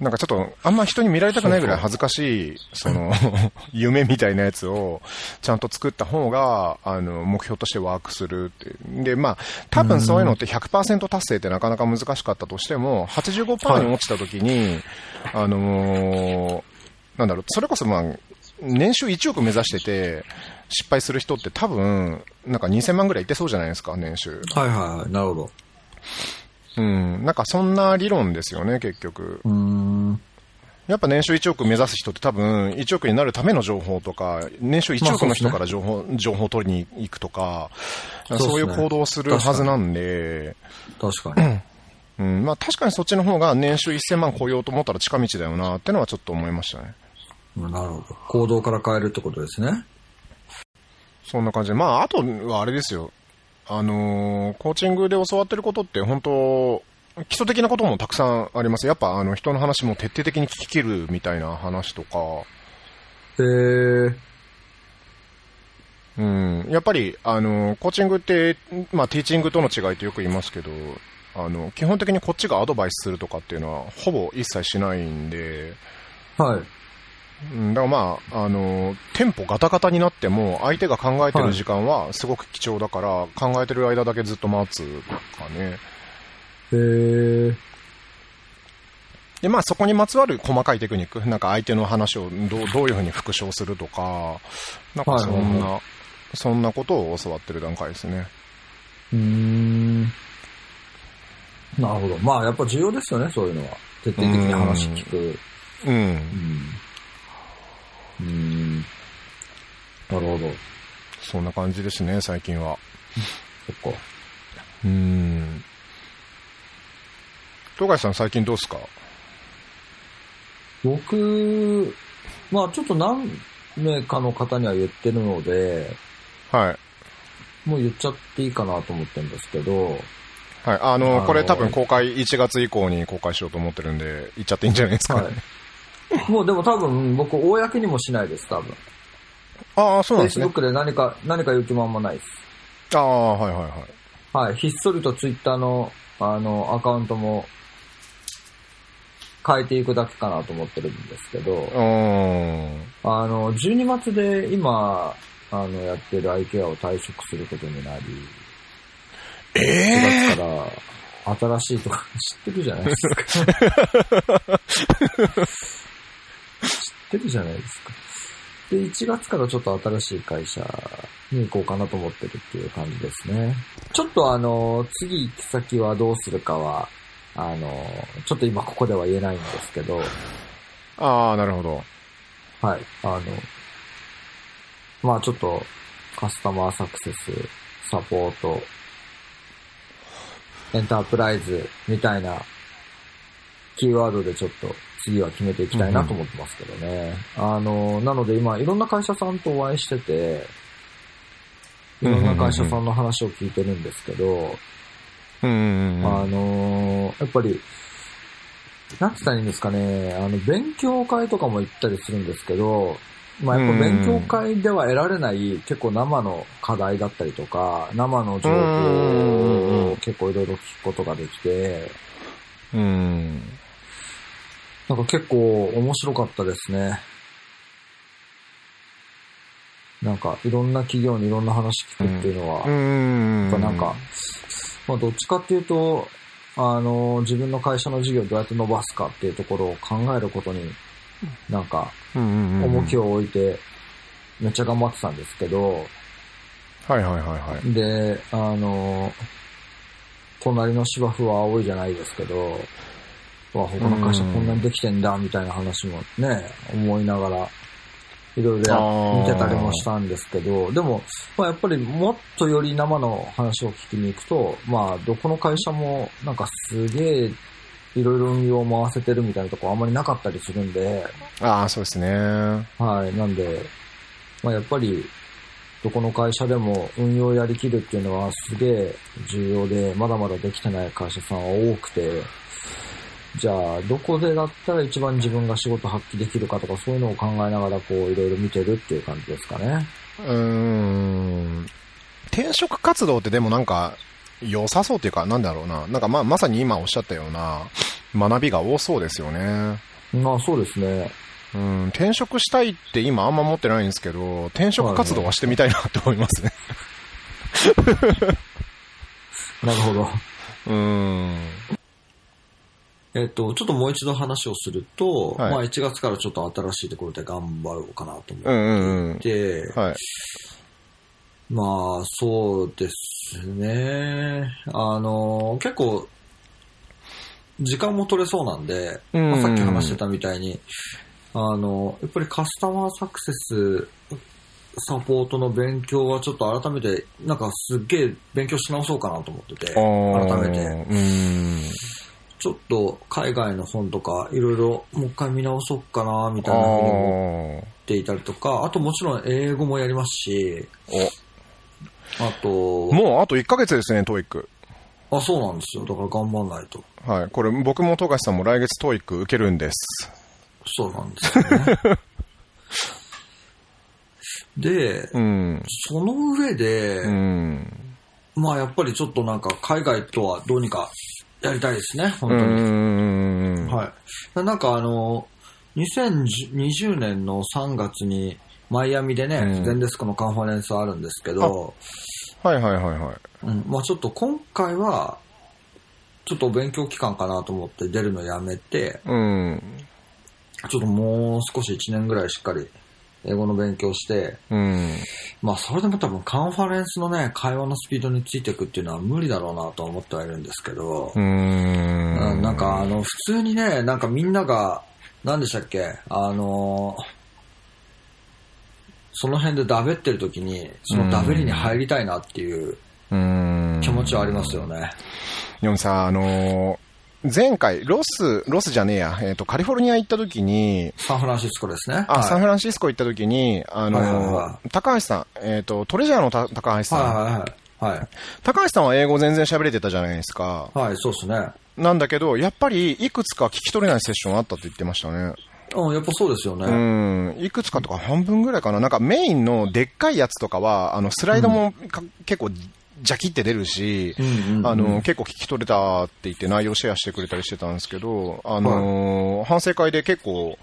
[SPEAKER 1] なんかちょっと、あんま人に見られたくないぐらい恥ずかしい、その、 夢みたいなやつを、ちゃんと作った方が、あの、目標としてワークするっていう。で、まあ、多分そういうのって100%達成ってなかなか難しかったとしても、85%に落ちた時に、あのーなんだろう、それこそまあ、年収1億目指してて、失敗する人って多分、なんか2000万ぐらいいってそうじゃないですか、年収。
[SPEAKER 2] ど。はいはいはい。なるほど。
[SPEAKER 1] うん、なんかそんな理論ですよね、結局。
[SPEAKER 2] うーん。
[SPEAKER 1] やっぱ年収1億目指す人って多分、1億になるための情報とか、年収1億の人から情報、情報を取りに行くとか、
[SPEAKER 2] そうですね
[SPEAKER 1] そういう行動をするはずなんで、
[SPEAKER 2] 確かに。
[SPEAKER 1] うん、まあ確かにそっちの方が年収1000万超えようと思ったら近道だよなってのはちょっと思いましたね。
[SPEAKER 2] うんなるほど。行動から変えるってことですね。
[SPEAKER 1] そんな感じで。まあ、あとはあれですよ。あのーコーチングで教わってることって本当、基礎的なこともたくさんあります。やっぱあの人の話も徹底的に聞き切るみたいな話とか、
[SPEAKER 2] えー、
[SPEAKER 1] うん、やっぱりあのコーチングって、まあ、ティーチングとの違いってよく言いますけどあの基本的にこっちがアドバイスするとかっていうのはほぼ一切しないんで、
[SPEAKER 2] はい。
[SPEAKER 1] うん、だからまああのテンポガタガタになっても相手が考えてる時間はすごく貴重だから、考えてる間だけずっと待つとかね
[SPEAKER 2] えー、
[SPEAKER 1] で、まあそこにまつわる細かいテクニック、なんか相手の話をどうどういうふうに復唱するとか、なんかそんな、
[SPEAKER 2] はいはい
[SPEAKER 1] そんなことを教わってる段階ですね。
[SPEAKER 2] うーん。なるほど。まあ、やっぱ重要ですよね、そういうのは。徹底的に話聞く。
[SPEAKER 1] うん。
[SPEAKER 2] うん。うん。なるほど。
[SPEAKER 1] そんな感じですね、最近は。
[SPEAKER 2] そっか。
[SPEAKER 1] うん。東海さん最近どうですか
[SPEAKER 2] 僕、まあ、ちょっと何名かの方には言ってるので、
[SPEAKER 1] はい。
[SPEAKER 2] もう言っちゃっていいかなと思ってるんですけど、
[SPEAKER 1] はい。あの、
[SPEAKER 2] あの
[SPEAKER 1] これ多分公開、1月以降に公開しようと思ってるんで、言っちゃっていいんじゃないですか、
[SPEAKER 2] はい。もうでも多分、僕、公にもしないです、多分。
[SPEAKER 1] ああ、そうなんですね。
[SPEAKER 2] Facebook で何か、何か言う気満々ないです。
[SPEAKER 1] ああ、はいはいはい。
[SPEAKER 2] はい、ひっそりとツイッターの、あの、アカウントも変えていくだけかなと思ってるんですけど、
[SPEAKER 1] うーん。
[SPEAKER 2] あの、12月で今、あの、やってる IKEA を退職することになり、
[SPEAKER 1] え
[SPEAKER 2] 4
[SPEAKER 1] え
[SPEAKER 2] 月から新しいとか知ってるじゃないですか。知ってるじゃないですか。で、1月からちょっと新しい会社に行こうかなと思ってるっていう感じですね。ちょっとあの、次行き先はどうするかは、あの、ちょっと今ここでは言えないんですけど、
[SPEAKER 1] ああ、なるほど。
[SPEAKER 2] はい。あの、まあちょっと、カスタマーサクセス、サポート、エンタープライズみたいなキーワードでちょっと次は決めていきたいなと思ってますけどね。あの、なので今いろんな会社さんとお会いしてて、いろんな会社さんの話を聞いてるんですけど、
[SPEAKER 1] うんうんうん。
[SPEAKER 2] あのーやっぱり、なんて言ったらいいんですかね、あの、勉強会とかも行ったりするんですけど、まあやっぱ勉強会では得られない結構生の課題だったりとか、生の情報を結構いろいろ聞くことができて、
[SPEAKER 1] うん。
[SPEAKER 2] なんか結構面白かったですね。なんかいろんな企業にいろんな話聞くっていうのは、
[SPEAKER 1] うん。
[SPEAKER 2] やっぱなんか、、まあ、どっちかっていうと、あの、自分の会社の事業をどうやって伸ばすかっていうところを考えることに、なんか、
[SPEAKER 1] うんうんうん、
[SPEAKER 2] 重きを置いて、めっちゃ頑張ってたんですけど、
[SPEAKER 1] はいはいはいはい。
[SPEAKER 2] で、あの、隣の芝生は青いじゃないですけど、わ、他の会社こんなにできてんだ、みたいな話もね、思いながら、いろいろや見てたりもしたんですけど、でも、まあ、やっぱりもっとより生の話を聞きに行くと、まあ、どこの会社もなんかすげえ、いろいろ運用を回せてるみたいなとこあんまりなかったりするんで、
[SPEAKER 1] ああ、そうですね。
[SPEAKER 2] はい。なんで、まあ、やっぱり、どこの会社でも運用やりきるっていうのはすげえ重要で、まだまだできてない会社さんは多くて、じゃあ、どこでだったら一番自分が仕事発揮できるかとか、そういうのを考えながら、こう、いろいろ見てるっていう感じですかね。
[SPEAKER 1] うーん。転職活動ってでもなんか、良さそうっていうか、なんだろうな。なんかまあ、まさに今おっしゃったような、学びが多そうですよね。
[SPEAKER 2] まあ、そうですね。
[SPEAKER 1] うん、転職したいって今あんま持ってないんですけど、転職活動はしてみたいなって思いますね。
[SPEAKER 2] なるほど。
[SPEAKER 1] うん。
[SPEAKER 2] えっと、ちょっともう一度話をすると、
[SPEAKER 1] はい
[SPEAKER 2] まあ、1月からちょっと新しいところで頑張ろうかなと思
[SPEAKER 1] うん
[SPEAKER 2] っ
[SPEAKER 1] うんうん。
[SPEAKER 2] て、
[SPEAKER 1] はい。
[SPEAKER 2] まあ、そうですね。あの、結構、時間も取れそうなんで、
[SPEAKER 1] うん
[SPEAKER 2] まあさっき話してたみたいに、あの、やっぱりカスタマーサクセス、サポートの勉強はちょっと改めて、なんかすっげえ勉強し直そうかなと思ってて、
[SPEAKER 1] あー
[SPEAKER 2] 改めて。。
[SPEAKER 1] うん。
[SPEAKER 2] ちょっと海外の本とかいろいろもう一回見直そうかな、みたいなふうに思
[SPEAKER 1] ああ。
[SPEAKER 2] っていたりとか、あともちろん英語もやりますし、
[SPEAKER 1] お
[SPEAKER 2] あと、
[SPEAKER 1] もうあと1ヶ月ですね、トイック。
[SPEAKER 2] あ、そうなんですよ。だから頑張んないと。
[SPEAKER 1] はい。これ、僕も富樫さんも来月トイック受けるんです。
[SPEAKER 2] そうなんですよね。 で、
[SPEAKER 1] うん。
[SPEAKER 2] その上で、
[SPEAKER 1] うん。
[SPEAKER 2] まあやっぱりちょっとなんか海外とはどうにかやりたいですね、本
[SPEAKER 1] う
[SPEAKER 2] 当に。
[SPEAKER 1] ん。
[SPEAKER 2] はい。ななんかあの、2020年の3月にマイアミでね、
[SPEAKER 1] うん
[SPEAKER 2] ゼンデスクのカンファレンスあるんですけど、
[SPEAKER 1] はいはいはいはい。
[SPEAKER 2] うん、まあちょっと今回は、ちょっと勉強期間かなと思って出るのやめて、
[SPEAKER 1] うん。
[SPEAKER 2] ちょっともう少し1年ぐらいしっかり英語の勉強して、
[SPEAKER 1] うん。
[SPEAKER 2] まあそれでも多分カンファレンスのね、会話のスピードについていくっていうのは無理だろうなとは思ってはいるんですけど、
[SPEAKER 1] うー
[SPEAKER 2] うん
[SPEAKER 1] ん。
[SPEAKER 2] なんかあの、普通にね、なんかみんなが、何でしたっけ、あのーその辺でダベってる時に、そのダベりに入りたいなっていう
[SPEAKER 1] うん、
[SPEAKER 2] 気持ちはありますよね。
[SPEAKER 1] でもさ、あのー前回、ロス、ロスじゃねえや、えっ、と、カリフォルニア行った時に、
[SPEAKER 2] サンフランシスコですね。
[SPEAKER 1] あ、サン
[SPEAKER 2] はい
[SPEAKER 1] フランシスコ行った時に、あのー
[SPEAKER 2] はいはいは
[SPEAKER 1] 高橋さん、えっ、と、トレジャーのた高橋さん、
[SPEAKER 2] はいはいはい。
[SPEAKER 1] 高橋さんは英語全然喋れてたじゃないですか。
[SPEAKER 2] はい、はい、そうですね。
[SPEAKER 1] なんだけど、やっぱり、いくつか聞き取れないセッションあったって言ってましたね。
[SPEAKER 2] うん、やっぱそうですよね。
[SPEAKER 1] うん、いくつかとか半分ぐらいかな。なんかメインのでっかいやつとかは、あの、スライドもか、結構、ジャキって出るし、
[SPEAKER 2] うんうんうん
[SPEAKER 1] あの、結構聞き取れたって言って内容シェアしてくれたりしてたんですけど、あのー反省会で結構、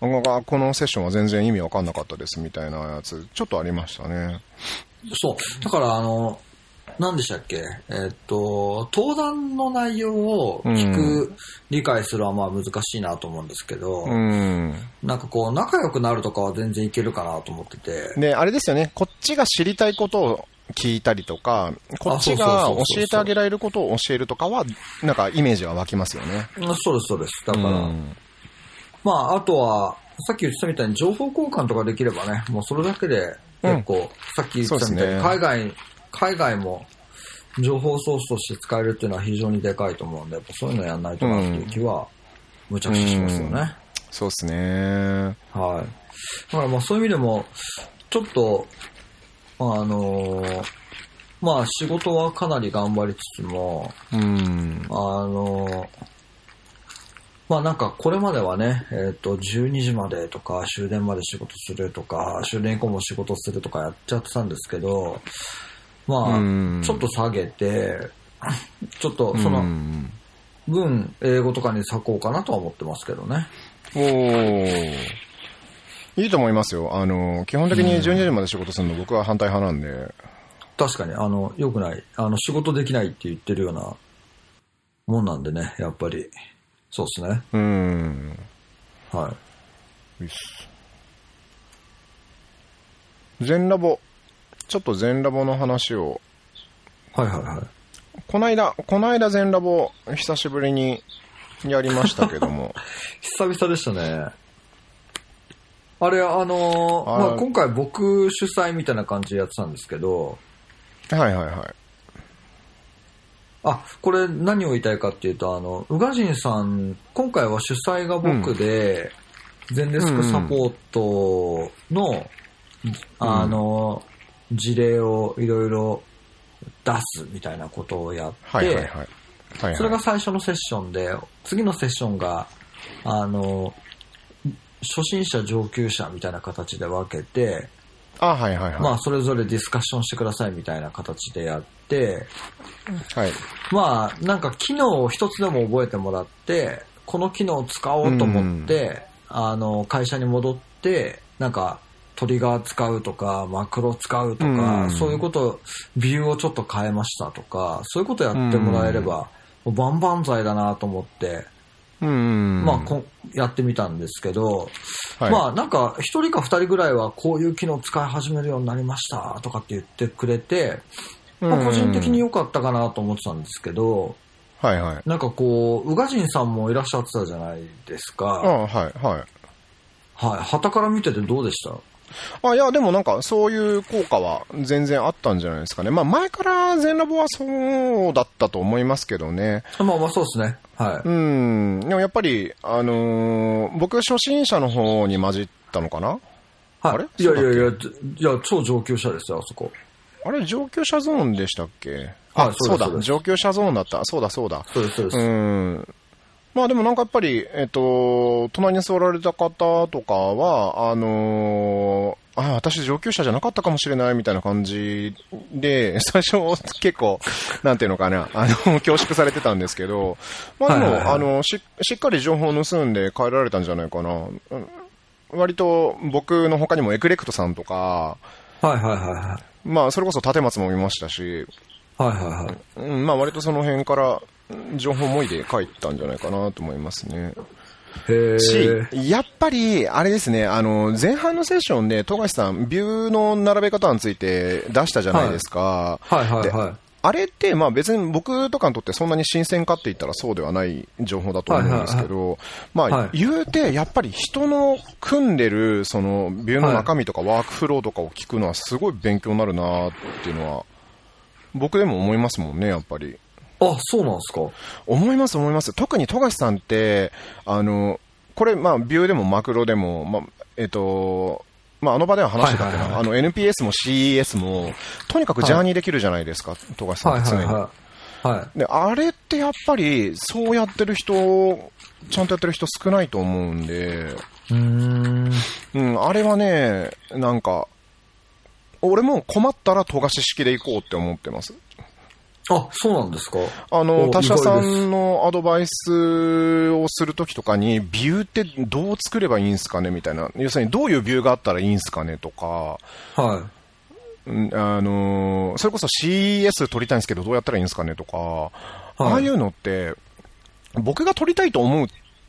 [SPEAKER 1] ああこのセッションは全然意味わかんなかったですみたいなやつ、ちょっとありましたね。
[SPEAKER 2] そう。だから、あの、何でしたっけえっと、登壇の内容を聞く、
[SPEAKER 1] う
[SPEAKER 2] 理解するはまあ難しいなと思うんですけど、
[SPEAKER 1] うん。
[SPEAKER 2] なんかこう、仲良くなるとかは全然いけるかなと思ってて。
[SPEAKER 1] で、あれですよね、こっちが知りたいことを聞いたりとか、こっちが
[SPEAKER 2] あそうそうそうそう
[SPEAKER 1] 教えてあげられることを教えるとかは、なんかイメージは湧きますよね。
[SPEAKER 2] うんそうです、そうです。だから、
[SPEAKER 1] うん
[SPEAKER 2] まあ、あとは、さっき言ってたみたいに情報交換とかできればね、もうそれだけで結構、さっき言ってたみたい
[SPEAKER 1] そ
[SPEAKER 2] に、
[SPEAKER 1] う
[SPEAKER 2] 海外、海外も情報ソースとして使えるっていうのは非常にでかいと思うんで、やっぱそういうのやんないとなっていう気は、むちゃくちゃしますよね。
[SPEAKER 1] そうですね。
[SPEAKER 2] はい。だからまあそういう意味でも、ちょっと、あのーまあ仕事はかなり頑張りつつも、
[SPEAKER 1] うん。
[SPEAKER 2] あのーまあなんかこれまではね、えっ、と、12時までとか終電まで仕事するとか、終電以降も仕事するとかやっちゃってたんですけど、まあ、
[SPEAKER 1] うん
[SPEAKER 2] ちょっと下げて、ちょっとそうの
[SPEAKER 1] ん
[SPEAKER 2] 分、英語とかに割こうかなとは思ってますけどね。
[SPEAKER 1] おーいいと思いますよ。あの、基本的に12時まで仕事するの僕は反対派なんで。
[SPEAKER 2] 確かに、あの、良くない。あの、仕事できないって言ってるようなもんなんでね、やっぱり。そうですね。
[SPEAKER 1] うん。
[SPEAKER 2] はい。
[SPEAKER 1] いいっす全ラボ。ちょっと全ラボの話を。
[SPEAKER 2] はいはいはい。
[SPEAKER 1] こないだ、こないだ全ラボ、久しぶりにやりましたけど も。
[SPEAKER 2] 久々でしたね。あれ、あのー
[SPEAKER 1] あ
[SPEAKER 2] まあ、今回僕主催みたいな感じでやってたんですけど、
[SPEAKER 1] はいはいはい。
[SPEAKER 2] あ、これ何を言いたいかっていうと、あの、宇賀神さん、今回は主催が僕で、全デスクサポートの、あの、事例をいろいろ出すみたいなことをやって、
[SPEAKER 1] はいはいはい。はいはい、
[SPEAKER 2] それが最初のセッションで、次のセッションが、あの、初心者、上級者みたいな形で分けて、
[SPEAKER 1] あ、はいはいはい。
[SPEAKER 2] まあ、それぞれディスカッションしてくださいみたいな形でやって、
[SPEAKER 1] はい。
[SPEAKER 2] まあ、なんか機能を一つでも覚えてもらって、この機能を使おうと思って、あの、会社に戻って、なんか、トリガー使うとか、マクロ使うとか、
[SPEAKER 1] うん
[SPEAKER 2] そういうこと、ビューをちょっと変えましたとか、そういうことやってもらえれば、もう万々歳だなと思って、
[SPEAKER 1] うん。
[SPEAKER 2] まあこん、やってみたんですけど、
[SPEAKER 1] はい、
[SPEAKER 2] まあ、なんか、一人か二人ぐらいは、こういう機能使い始めるようになりましたとかって言ってくれて、まあ、個人的に良かったかなと思ってたんですけど、
[SPEAKER 1] うん。はいはい。
[SPEAKER 2] なんかこう、宇賀神さんもいらっしゃってたじゃないです
[SPEAKER 1] あ
[SPEAKER 2] か。
[SPEAKER 1] はいはい。
[SPEAKER 2] はい。旗から見ててどうでした
[SPEAKER 1] あ、いや、でもなんか、そういう効果は全然あったんじゃないですかね。まあ、前から全ラボはそうだったと思いますけどね。
[SPEAKER 2] まあまあそうですね。は。
[SPEAKER 1] うん。でもやっぱり、あのー僕、初心者の方に混じったのかない
[SPEAKER 2] はい、
[SPEAKER 1] あれ
[SPEAKER 2] いやいやいや、いや、超上級者ですよ、あそこ。
[SPEAKER 1] あれ、上級者ゾーンでしたっけ
[SPEAKER 2] はい
[SPEAKER 1] あ、
[SPEAKER 2] そ
[SPEAKER 1] そうう
[SPEAKER 2] です
[SPEAKER 1] だ
[SPEAKER 2] そうで、す
[SPEAKER 1] 上級者ゾーンだった。そうだ、そうだ。
[SPEAKER 2] そうです、そうです。
[SPEAKER 1] うん。まあでもなんかやっぱり、えっと、隣に座られた方とかは、あのーあ、私上級者じゃなかったかもしれないみたいな感じで、 最初結構、なんていうのかな、あの、恐縮されてたんですけど、まあでも、
[SPEAKER 2] はいはいはい
[SPEAKER 1] あの、し、しっかり情報を盗んで帰られたんじゃないかな。うん割と僕の他にもエクレクトさんとか、
[SPEAKER 2] はいはいはいはい。
[SPEAKER 1] まあそれこそ立松も見ましたし、
[SPEAKER 2] はいはいはい。
[SPEAKER 1] うん、まあ割とその辺から情報もいで書いたんじゃないかなと思いますね。
[SPEAKER 2] へえ。
[SPEAKER 1] し、やっぱり、あれですね、あの、前半のセッションで、富樫さん、ビューの並べ方について出したじゃないですか。
[SPEAKER 2] はいはいはい。
[SPEAKER 1] あれって、まあ別に僕とかにとってそんなに新鮮かって言ったらそうではない情報だと思うんですけど、ま
[SPEAKER 2] は
[SPEAKER 1] あ
[SPEAKER 2] い
[SPEAKER 1] 言うて、やっぱり人の組んでる、その、ビューの中身とかワークフローとかを聞くのはすごい勉強になるなっていうのは、僕でも思いますもんね、やっぱり。
[SPEAKER 2] あ、そうなんですか。
[SPEAKER 1] 思います、思います。特に富樫さんって、あの、これ、まあ、ビューでもマクロでも、まあ、えっと、まあ、あの場では話してたけど、
[SPEAKER 2] はいは
[SPEAKER 1] あの、NPS も CES も、とにかくジャーニーできるじゃないですか、富樫さん
[SPEAKER 2] はい
[SPEAKER 1] って常に。
[SPEAKER 2] はいはい。はい。
[SPEAKER 1] で、あれってやっぱり、そうやってる人、ちゃんとやってる人少ないと思うんで、
[SPEAKER 2] うーん。
[SPEAKER 1] うん、あれはね、なんか、俺も困ったら富樫式で行こうって思ってます。
[SPEAKER 2] あ、そうなんですか。
[SPEAKER 1] あの、
[SPEAKER 2] お
[SPEAKER 1] 他社さ
[SPEAKER 2] 意外で
[SPEAKER 1] んのアドバイスをするときとかに、ビューってどう作ればいいんすかねみたいな。要するに、どういうビューがあったらいいんすかねとか、
[SPEAKER 2] は
[SPEAKER 1] うんあのーそれこそ CES 撮りたいんですけど、どうやったらいいんですかねとか、ああいうのって、僕が撮りたいと思う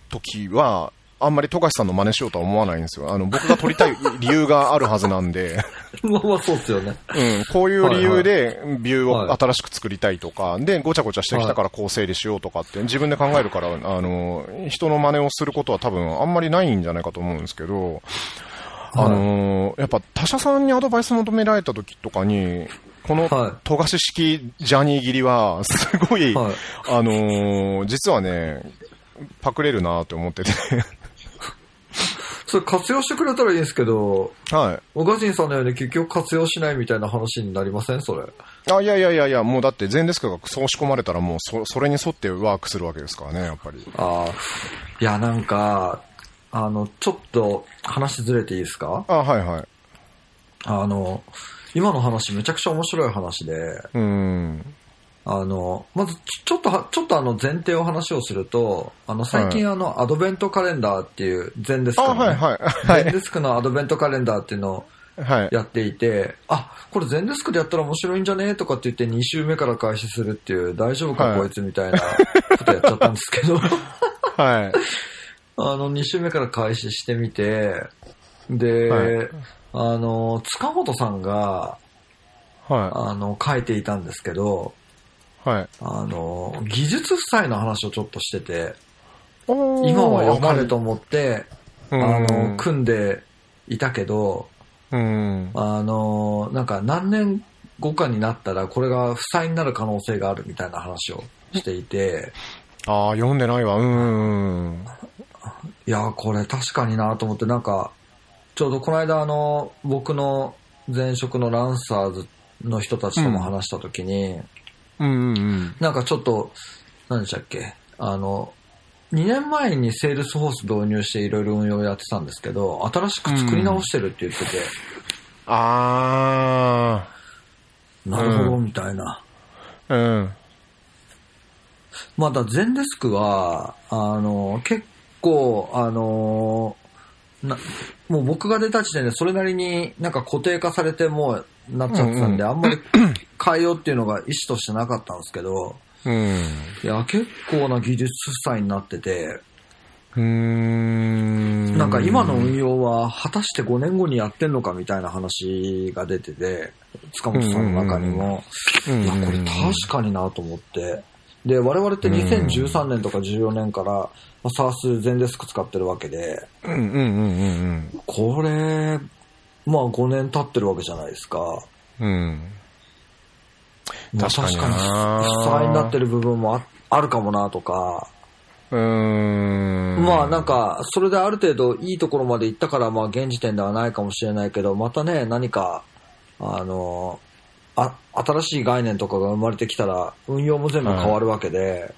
[SPEAKER 1] ときは、あんまり富樫さんの真似しようとは思わないんですよ。あの、僕が撮りたい理由があるはずなんで。
[SPEAKER 2] い。 まあまあそうですよね。
[SPEAKER 1] うん、こういう理由でビューを新しく作りたいとか、で、ごちゃごちゃしてきたからこう整理しようとかって、自分で考えるから、あの、人の真似をすることは多分あんまりないんじゃないかと思うんですけど、あの、やっぱ他社さんにアドバイス求められた時とかに、この
[SPEAKER 2] はい
[SPEAKER 1] 富樫式ジャニー切りは、すごい、
[SPEAKER 2] はい
[SPEAKER 1] あの、実はね、パクれるなって思ってて、
[SPEAKER 2] それ活用してくれたらいいんですけど、
[SPEAKER 1] はい。
[SPEAKER 2] オガジンさんのように結局活用しないみたいな話になりませんそれ。
[SPEAKER 1] あ、いやいやいやいや、もうだって全デスクがそう仕込まれたらもうそ、それに沿ってワークするわけですからね、やっぱり。
[SPEAKER 2] ああ。いや、なんか、あの、ちょっと話ずれていいですか
[SPEAKER 1] あ、はいはい。
[SPEAKER 2] あの、今の話めちゃくちゃ面白い話で、
[SPEAKER 1] うーん。
[SPEAKER 2] あの、まずちちょっとは、ちょっとあの前提を話をすると、あの最近あのアドベントカレンダーっていう全デスク
[SPEAKER 1] あ、
[SPEAKER 2] のね、
[SPEAKER 1] はいはい。
[SPEAKER 2] 全デスクのアドベントカレンダーっていうのを
[SPEAKER 1] はい。はい。
[SPEAKER 2] やっていて、あ、これ全デスクでやったら面白いんじゃねとかって言って2週目から開始するっていう、大丈夫か、
[SPEAKER 1] はい
[SPEAKER 2] こいつみたいなことやっちゃったんですけど、 あ
[SPEAKER 1] はい。
[SPEAKER 2] の2週目から開始してみて、で、
[SPEAKER 1] はい
[SPEAKER 2] あの、塚本さんが、
[SPEAKER 1] は
[SPEAKER 2] あの、書いていたんですけど、
[SPEAKER 1] い。はい。
[SPEAKER 2] あの、技術負債の話をちょっとしてて、
[SPEAKER 1] おー
[SPEAKER 2] 今は良かれと。思って、
[SPEAKER 1] う
[SPEAKER 2] あ
[SPEAKER 1] ん
[SPEAKER 2] の、。組んでいたけど、
[SPEAKER 1] うん。
[SPEAKER 2] あの、なんか何年後かになったらこれが負債になる可能性があるみたいな話をしていて、
[SPEAKER 1] ああ、読んでないわ。うーん。
[SPEAKER 2] いや、これ確かになと思って、なんか、ちょうどこの間あの、僕の前職のランサーズの人たちとも話した時に、
[SPEAKER 1] うんうん
[SPEAKER 2] なんかちょっと、何でしたっけ、あの、2年前にセールスフォース導入していろいろ運用やってたんですけど、新しく作り直してるって言ってて、
[SPEAKER 1] あ
[SPEAKER 2] なるほど、みたいな。
[SPEAKER 1] あ。うん。
[SPEAKER 2] まだ全デスクは、あの、結構、あの、なもう僕が出た時点でそれなりになんか固定化されてもうなっちゃってたんで、あんまり変えようっていうのが意思としてなかったんですけど、
[SPEAKER 1] うん。
[SPEAKER 2] いや、結構な技術負債になってて、
[SPEAKER 1] うーん。
[SPEAKER 2] なんか今の運用は果たして5年後にやってんのかみたいな話が出てて、塚本さんの中にも、
[SPEAKER 1] うん、
[SPEAKER 2] いや、これ確かになと思って。で、我々って2013年とか14年から、まあ、サース全デスク使ってるわけで、
[SPEAKER 1] に。うんうんうん
[SPEAKER 2] これ、まあ5年経ってるわけじゃないですか。
[SPEAKER 1] うんうん。うん。
[SPEAKER 2] まあ
[SPEAKER 1] 確かにな
[SPEAKER 2] 負債になってる部分もああるかもなとか、
[SPEAKER 1] うーん。
[SPEAKER 2] まあなんか、それである程度いいところまで行ったから、まあ現時点ではないかもしれないけど、またね、何か、あの、あ、新しい概念とかが生まれてきたら、運用も全部変わるわけで、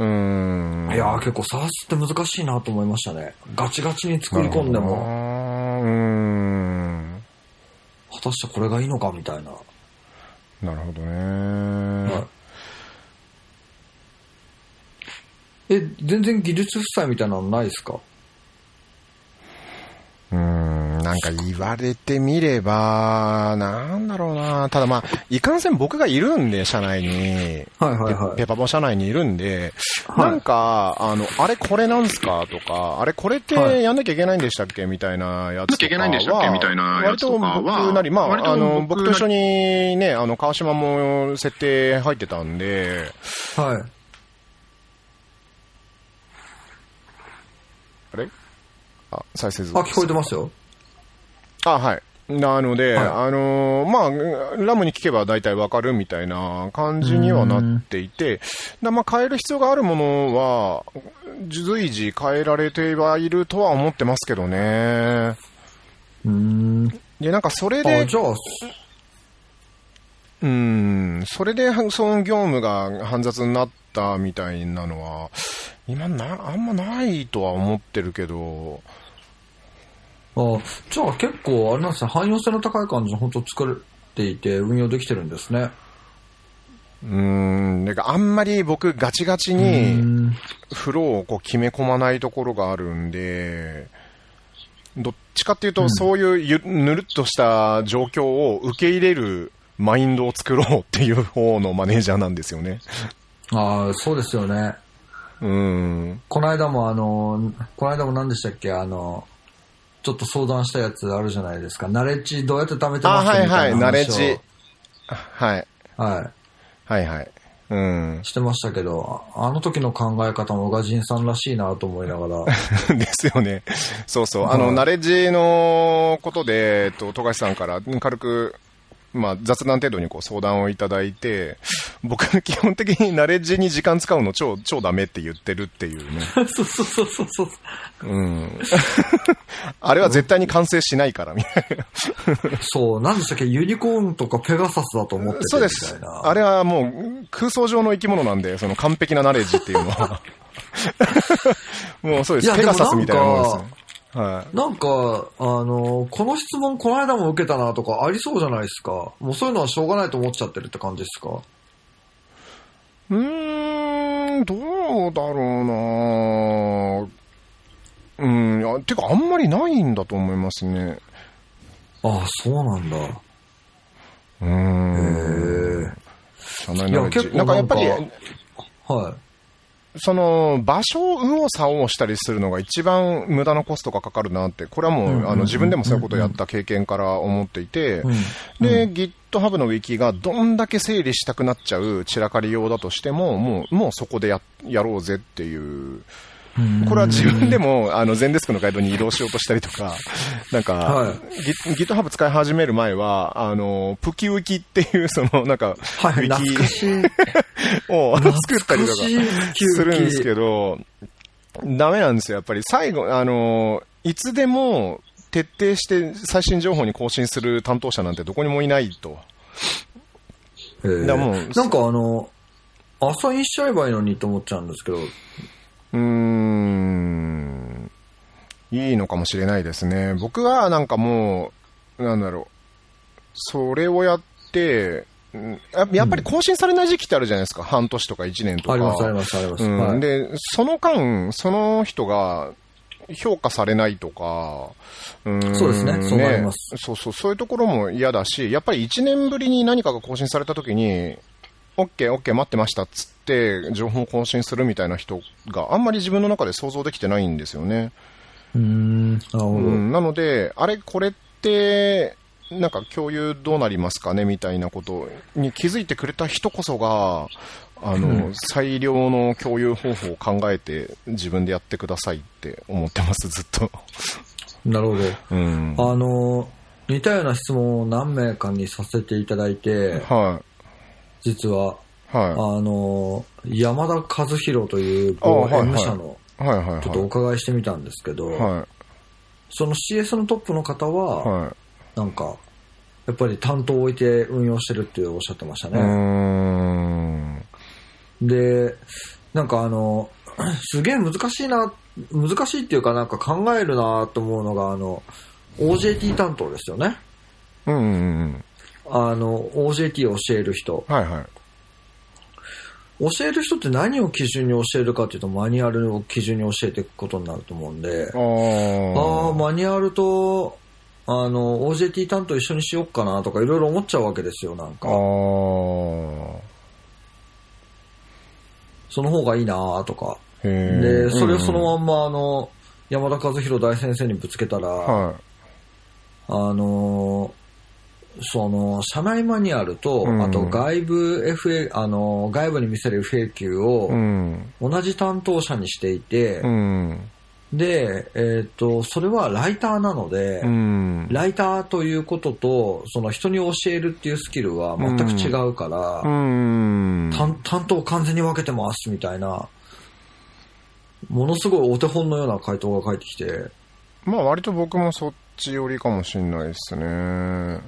[SPEAKER 1] うーん。
[SPEAKER 2] い、やー結構 SARS って難しいなと思いましたね。ガチガチに作り込んでも、
[SPEAKER 1] あーうーん。
[SPEAKER 2] 果たしてこれがいいのかみたいな。
[SPEAKER 1] なるほどね。
[SPEAKER 2] え、全然技術負債みたいなのないですか
[SPEAKER 1] うーん、なんか言われてみれば、なんだろうな。ただまあ、いかんせん僕がいるんで、社内に。
[SPEAKER 2] はいはいはい
[SPEAKER 1] ペ。ペパボ社内にいるんで、
[SPEAKER 2] はい
[SPEAKER 1] なんか、あの、あれこれなんすかとか、あれこれって
[SPEAKER 2] はい
[SPEAKER 1] やんなきゃいけないんでしたっけみたいなやつとかは。
[SPEAKER 3] なきゃいけないんでしたっけみたいなやつとかは
[SPEAKER 1] 割と僕なり、ま
[SPEAKER 3] 割
[SPEAKER 1] あ、
[SPEAKER 3] と
[SPEAKER 1] あの、
[SPEAKER 3] 僕
[SPEAKER 1] 僕
[SPEAKER 3] な
[SPEAKER 1] と
[SPEAKER 3] り
[SPEAKER 1] 一緒にね、あの、川島も設定入ってたんで、
[SPEAKER 2] はい。
[SPEAKER 1] あれあ、再生図
[SPEAKER 2] あ、聞こえてますよ。
[SPEAKER 1] あ、はい。なので、
[SPEAKER 2] はい
[SPEAKER 1] あのーまあ、ラムに聞けば大体わかるみたいな感じにはなっていて、だまあ、変える必要があるものは、随時変えられてはいるとは思ってますけどね。
[SPEAKER 2] うーん。
[SPEAKER 1] で、なんかそれ
[SPEAKER 2] あ、
[SPEAKER 1] で
[SPEAKER 2] じ、ゃあ、
[SPEAKER 1] うん、それで、その業務が煩雑になったみたいなのは、今な、あんまないとは思ってるけど、
[SPEAKER 2] あじゃあ結構、あれなんですね、汎用性の高い感じの本当作っていて運用できてるんですね。
[SPEAKER 1] うーん、なんかあんまり僕ガチガチ
[SPEAKER 2] う
[SPEAKER 1] に、
[SPEAKER 2] ん。
[SPEAKER 1] フローをこう決め込まないところがあるんで、どっちかっていうと、
[SPEAKER 2] ん
[SPEAKER 1] そういうゆぬるっとした状況を受け入れるマインドを作ろうっていう方のマネージャーなんですよね。
[SPEAKER 2] ああ、そうですよね。
[SPEAKER 1] うん。
[SPEAKER 2] この間もあの、この間も何でしたっけ、あの、ちょっと相談したやつあるじゃないですか。ナレッジどうやって貯めて
[SPEAKER 1] あ、
[SPEAKER 2] ますか
[SPEAKER 1] はい
[SPEAKER 2] みた
[SPEAKER 1] はいい、
[SPEAKER 2] な
[SPEAKER 1] ナレッ
[SPEAKER 2] 話を
[SPEAKER 1] ジ。はい。
[SPEAKER 2] は
[SPEAKER 1] はいはい。うん
[SPEAKER 2] い。。してましたけど、ああの時の考え方も宇賀神さんらしいなと思いながら。
[SPEAKER 1] ですよね。そうそう。あ
[SPEAKER 2] は
[SPEAKER 1] の、
[SPEAKER 2] い
[SPEAKER 1] ナレッジのことで、えっと、富樫さんから軽く、まあ、雑談程度にこう相談をいただいて、僕、基本的にナレッジに時間使うの超、超ダメって言ってるっていうね。
[SPEAKER 2] そうそうそうそうそう。
[SPEAKER 1] うん。あれは絶対に完成しないから、み たいな。
[SPEAKER 2] そう、何でしたっけ、ユニコーンとかペガサスだと思ってて
[SPEAKER 1] そうで
[SPEAKER 2] みた
[SPEAKER 1] す
[SPEAKER 2] い。な。
[SPEAKER 1] あれはもう空想上の生き物なんで、その完璧なナレッジっていうの は。 もうそうで
[SPEAKER 2] い
[SPEAKER 1] す。
[SPEAKER 2] や
[SPEAKER 1] ペガサスみ
[SPEAKER 2] でもなんか
[SPEAKER 1] たいなもんですよ。はい。
[SPEAKER 2] なんか、あの、この質問この間も受けたなとかありそうじゃないですか。もうそういうのはしょうがないと思っちゃってるって感じですか。
[SPEAKER 1] うーん、どうだろうなうん、いやてかあんまりないんだと思いますね。
[SPEAKER 2] ああ、そうなんだ。へ
[SPEAKER 1] うーん。
[SPEAKER 2] え。
[SPEAKER 1] 社内
[SPEAKER 2] いや
[SPEAKER 1] ナレッジ
[SPEAKER 2] 結構
[SPEAKER 1] なんかやっぱり、
[SPEAKER 2] なんかはい。
[SPEAKER 1] その、場所を右往左往したりするのが一番無駄なコストがかかるなって、これは
[SPEAKER 2] うんうん
[SPEAKER 1] も
[SPEAKER 2] う
[SPEAKER 1] う、
[SPEAKER 2] ん
[SPEAKER 1] あの、自分でもそういうことをやった経験から思っていて、
[SPEAKER 2] うん
[SPEAKER 1] で、GitHub の Wiki がどんだけ整理したくなっちゃう散らかり用だとしても、もう、もうそこでや、やろうぜっていう
[SPEAKER 2] うん
[SPEAKER 1] これは自分でも、あの、全デスクのガイドに移動しようとしたりと か、なんか、
[SPEAKER 2] はい
[SPEAKER 1] Git- GitHub 使い始める前は、あの、プキウキっていう、その、なん か、
[SPEAKER 2] はい、
[SPEAKER 1] ウィ
[SPEAKER 2] 懐かしい。
[SPEAKER 1] キをあの作ったりとか
[SPEAKER 2] 懐かしい
[SPEAKER 1] するんですけど、ダメなんですよ、やっぱり。最後、あの、いつでも徹底して最新情報に更新する担当者なんてどこにもいないと。
[SPEAKER 2] へえ
[SPEAKER 1] だからもう
[SPEAKER 2] なんかあの、アサインしちゃえばいいのにと思っちゃうんですけど、
[SPEAKER 1] うーん、いいのかもしれないですね。僕はなんかもう、なんだろう、それをやって、うんややっぱり更新されない時期ってあるじゃないですか。半年とか1年とか。
[SPEAKER 2] ありますありますあります。
[SPEAKER 1] うん
[SPEAKER 2] はい、
[SPEAKER 1] で、その間、その人が評価されないとか、ん
[SPEAKER 2] そうですねそうなります
[SPEAKER 1] そうそう、そういうところも嫌だし、やっぱり1年ぶりに何かが更新されたときに、OK、OK、待ってましたっつって、情報を更新するみたいな人があんまり自分の中で想像できてないんですよね。
[SPEAKER 2] うーん、なるほど。
[SPEAKER 1] うん、なので、あれ、これって、なんか共有どうなりますかねみたいなことに気づいてくれた人こそが、あの、最良の共有方法を考えて自分でやってくださいって思ってます、ずっと。
[SPEAKER 2] なるほど。
[SPEAKER 1] うん。
[SPEAKER 2] あの、似たような質問を何名かにさせていただいて、
[SPEAKER 1] は
[SPEAKER 2] 実は、
[SPEAKER 1] い。はい。
[SPEAKER 2] あ
[SPEAKER 1] は
[SPEAKER 2] の、山田和弘という
[SPEAKER 1] あはいはい
[SPEAKER 2] M 社の、
[SPEAKER 1] いはいはい。
[SPEAKER 2] ちょっとお伺いしてみたんですけど、
[SPEAKER 1] は
[SPEAKER 2] その CS のトップの方
[SPEAKER 1] い。
[SPEAKER 2] は、
[SPEAKER 1] はい。
[SPEAKER 2] なんか、やっぱり担当を置いて運用してるっておっしゃってました
[SPEAKER 1] うー
[SPEAKER 2] ね。
[SPEAKER 1] ん。
[SPEAKER 2] で、なんかあの、 すげえ難しいな、難しいっていうかなんか考えるなと思うのが、あの、OJT 担当ですよね。
[SPEAKER 1] うんうんうん。
[SPEAKER 2] あの、OJT を教える人。
[SPEAKER 1] はいはい。
[SPEAKER 2] 教える人って何を基準に教えるかっていうと、マニュアルを基準に教えていくことになると思うんで、
[SPEAKER 1] あ
[SPEAKER 2] ああ、
[SPEAKER 1] ー。
[SPEAKER 2] マニュアルと、あの、OJT 担当一緒にしよっかなとかいろいろ思っちゃうわけですよ、なん
[SPEAKER 1] あ
[SPEAKER 2] か。
[SPEAKER 1] ー。
[SPEAKER 2] その方がいいなとか。
[SPEAKER 1] へー
[SPEAKER 2] で、それをそ
[SPEAKER 1] うん
[SPEAKER 2] のまんま、あの、山田和弘大先生にぶつけたら、
[SPEAKER 1] は
[SPEAKER 2] あのーその、社内マニュアルと、
[SPEAKER 1] うん
[SPEAKER 2] あと外部 FA、あのー外部に見せる FAQ
[SPEAKER 1] い。う
[SPEAKER 2] を
[SPEAKER 1] ん。
[SPEAKER 2] 同じ担当者にしていて、
[SPEAKER 1] うん。
[SPEAKER 2] で、えーっと、それはライターなので、
[SPEAKER 1] うん。
[SPEAKER 2] ライターということと、その人に教えるっていうスキルは全く違うから、
[SPEAKER 1] うん。
[SPEAKER 2] 担担当完全に分けてますみたいな、ものすごいお手本のような回答が返ってきて、
[SPEAKER 1] まあ割と僕もそっち寄りかもしんないですね。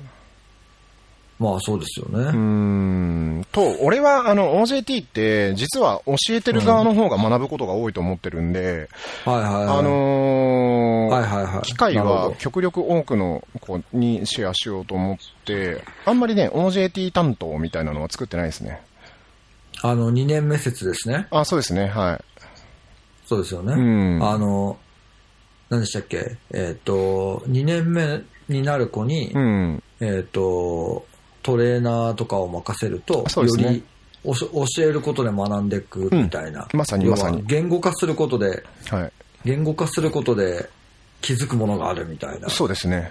[SPEAKER 2] まあそうですよ
[SPEAKER 1] うー
[SPEAKER 2] ね。
[SPEAKER 1] んと、俺はあの OJT って実は教えてる側の方が学ぶことが多いと思ってるんで、
[SPEAKER 2] はいはいはい。
[SPEAKER 1] あのー
[SPEAKER 2] はいはいはい。
[SPEAKER 1] 機会
[SPEAKER 2] なるほ
[SPEAKER 1] は
[SPEAKER 2] ど
[SPEAKER 1] 極力多くの子にシェアしようと思って、あんまりね、OJT 担当みたいなのは作ってないですね。
[SPEAKER 2] あの、2年目説ですね。
[SPEAKER 1] あ、そうですね、は
[SPEAKER 2] そうですよ
[SPEAKER 1] い。う
[SPEAKER 2] ね。
[SPEAKER 1] ん。
[SPEAKER 2] あの、何でしたっけえっ、と、2年目になる子に、
[SPEAKER 1] うん。
[SPEAKER 2] えっ、と、トレーナーとかを任せると、
[SPEAKER 1] そうですね
[SPEAKER 2] よりおし教えることで学んでいくみたいな。
[SPEAKER 1] うんまさに
[SPEAKER 2] 要は
[SPEAKER 1] まさに
[SPEAKER 2] 言語化することで、
[SPEAKER 1] はい。
[SPEAKER 2] 言語化することで気づくものがあるみたいな。
[SPEAKER 1] そうですね。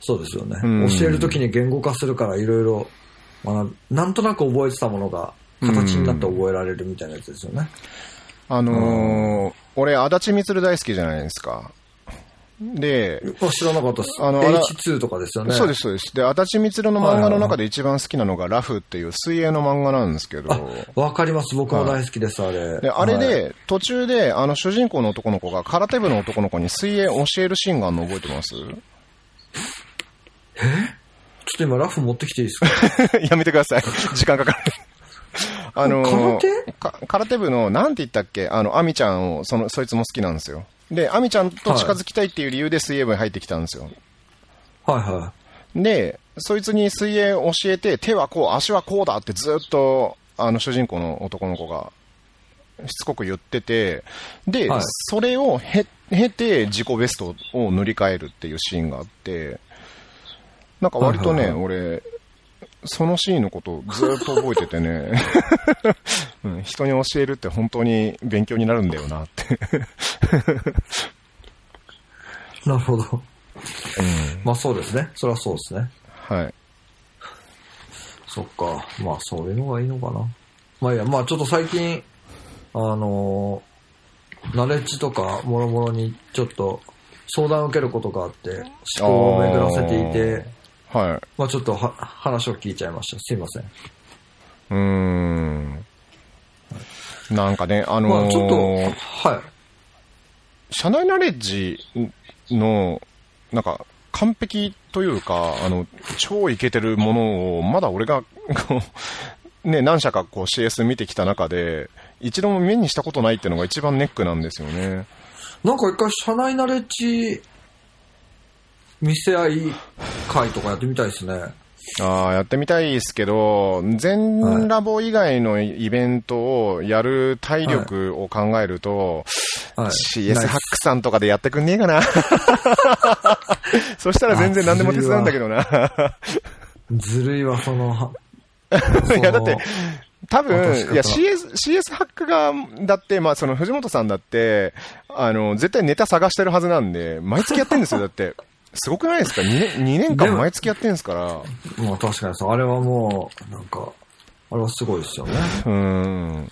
[SPEAKER 2] そうですよね。
[SPEAKER 1] うん
[SPEAKER 2] 教えるときに言語化するからいろいろ学ぶ、なんとなく覚えてたものが形になって覚えられるみたいなやつですよね。
[SPEAKER 1] あのー俺、足立みつる大好きじゃないですか。で、
[SPEAKER 2] あ知らなかったです。
[SPEAKER 1] あの
[SPEAKER 2] H2 とかですよね。
[SPEAKER 1] そうです、そうです。で、足立みつるの漫画の
[SPEAKER 2] はいはいは
[SPEAKER 1] 中
[SPEAKER 2] い
[SPEAKER 1] で一番好きなのがラフっていう水泳の漫画なんですけど、
[SPEAKER 2] わかります。僕も大好きです、あれ。
[SPEAKER 1] で、あれ
[SPEAKER 2] はい、
[SPEAKER 1] で、途中で、あの、主人公の男の子が空手部の男の子に水泳を教えるシーンがあるの覚えてます
[SPEAKER 2] ちょっと今ラフ持ってきてい いですか
[SPEAKER 1] やめてください。 時間かかる。あの
[SPEAKER 2] 空手
[SPEAKER 1] か空手部の、なんて言ったっけあの、アミちゃんを、その、そいつも好きなんですよ。で、アミちゃんと近づきたいっていう理由で水泳部に入ってきたんですよ。
[SPEAKER 2] はいは
[SPEAKER 1] で、そいつに水泳を教えて、手はこう、足はこうだってずっと、あの、主人公の男の子が、しつこく言ってて、で、
[SPEAKER 2] はい
[SPEAKER 1] それをへ、経て自己ベストを塗り替えるっていうシーンがあって、なんか割とね、
[SPEAKER 2] はいはい
[SPEAKER 1] 俺、そのシーンのことをずっと覚えてて ね、うん、人に教えるって本当に勉強になるんだよな って。
[SPEAKER 2] い。なるほど。まあそうですね。それはそうですね。
[SPEAKER 1] はい。
[SPEAKER 2] そっか。まあそういうのがいいのかな。まあいいや、まあちょっと最近、あのーナレッジとかもろもろにちょっと相談を受けることがあって、思考を巡らせていて、
[SPEAKER 1] はい。
[SPEAKER 2] まあちょっとは話を聞いちゃいました。すいません。
[SPEAKER 1] うーん。なんかね、あのー
[SPEAKER 2] まあちょっと、はい。
[SPEAKER 1] 社内ナレッジの、なんか、完璧というか、あの、超イケてるものを、まだ俺が、 こう、ね、何社かこう CS 見てきた中で、一度も目にしたことないっていうのが一番ネックなんですよね。
[SPEAKER 2] なんか一回社内ナレッジ見せ合い会とかやってみたいですね。
[SPEAKER 1] ああ、やってみたいですけど、全ラボ以外のイベントをやる体力を考えると、
[SPEAKER 2] はい。
[SPEAKER 1] CS
[SPEAKER 2] ナイス
[SPEAKER 1] ハックさんとかでやってくんねえか な。 そしたら全然何でも手伝うんだけどな。
[SPEAKER 2] ずるいわ、その、は
[SPEAKER 1] いやだって、多分、
[SPEAKER 2] 渡し方
[SPEAKER 1] いや、CS、CS ハックが、だって、まあ、その、藤本さんだって、あの、絶対ネタ探してるはずなんで、毎月やってん ですよ、だって。すごくないですか ?2 年、二年
[SPEAKER 2] で
[SPEAKER 1] 間
[SPEAKER 2] も
[SPEAKER 1] 毎月やってんですから。
[SPEAKER 2] そのまあ確かにそう。あれはもう、なんか、あれはすごいですよね。
[SPEAKER 1] うーん。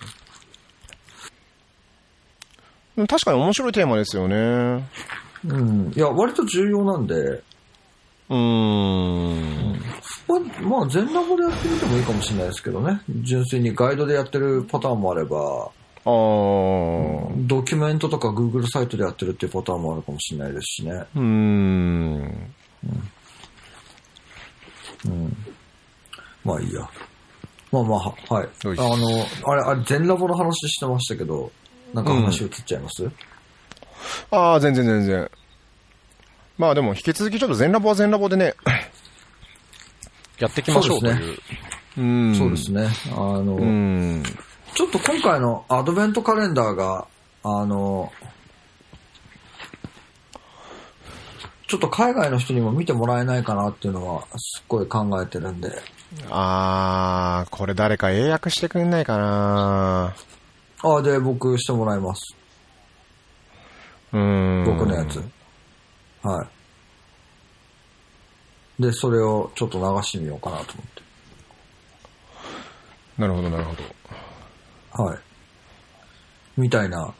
[SPEAKER 1] 確かに面白いテーマですよね。う
[SPEAKER 2] うん。いや、割と重要なんで、
[SPEAKER 1] ーん。
[SPEAKER 2] まあ、まあ、全ラボでやってみてもいいかもしれないですけどね。純粋にガイドでやってるパターンもあれば、
[SPEAKER 1] あー。
[SPEAKER 2] ドキュメントとか Google サイトでやってるっていうパターンもあるかもしれないですしね。
[SPEAKER 1] うーん。
[SPEAKER 2] まあいいや。まあまあ、ははい。あ
[SPEAKER 1] よいしょ
[SPEAKER 2] の、あれ、あれ、全ラボの話してましたけど、なんか話移っちゃいます、
[SPEAKER 1] ああ、全然全然。まあでも引き続きちょっと全ラボは全ラボでね、やっていきましょうという。うん。
[SPEAKER 2] そうですね。あの、
[SPEAKER 1] うん。
[SPEAKER 2] ちょっと今回のアドベントカレンダーが、あの、ちょっと海外の人にも見てもらえないかなっていうのは、すっごい考えてるんで。
[SPEAKER 1] あー、これ誰か英訳してくんないかな
[SPEAKER 2] ああ、で、僕してもらいます。
[SPEAKER 1] うーん。
[SPEAKER 2] 僕のやつ。はい。で、それをちょっと流してみようかなと思って。
[SPEAKER 1] なるほど、なるほど。
[SPEAKER 2] はい。みたいな。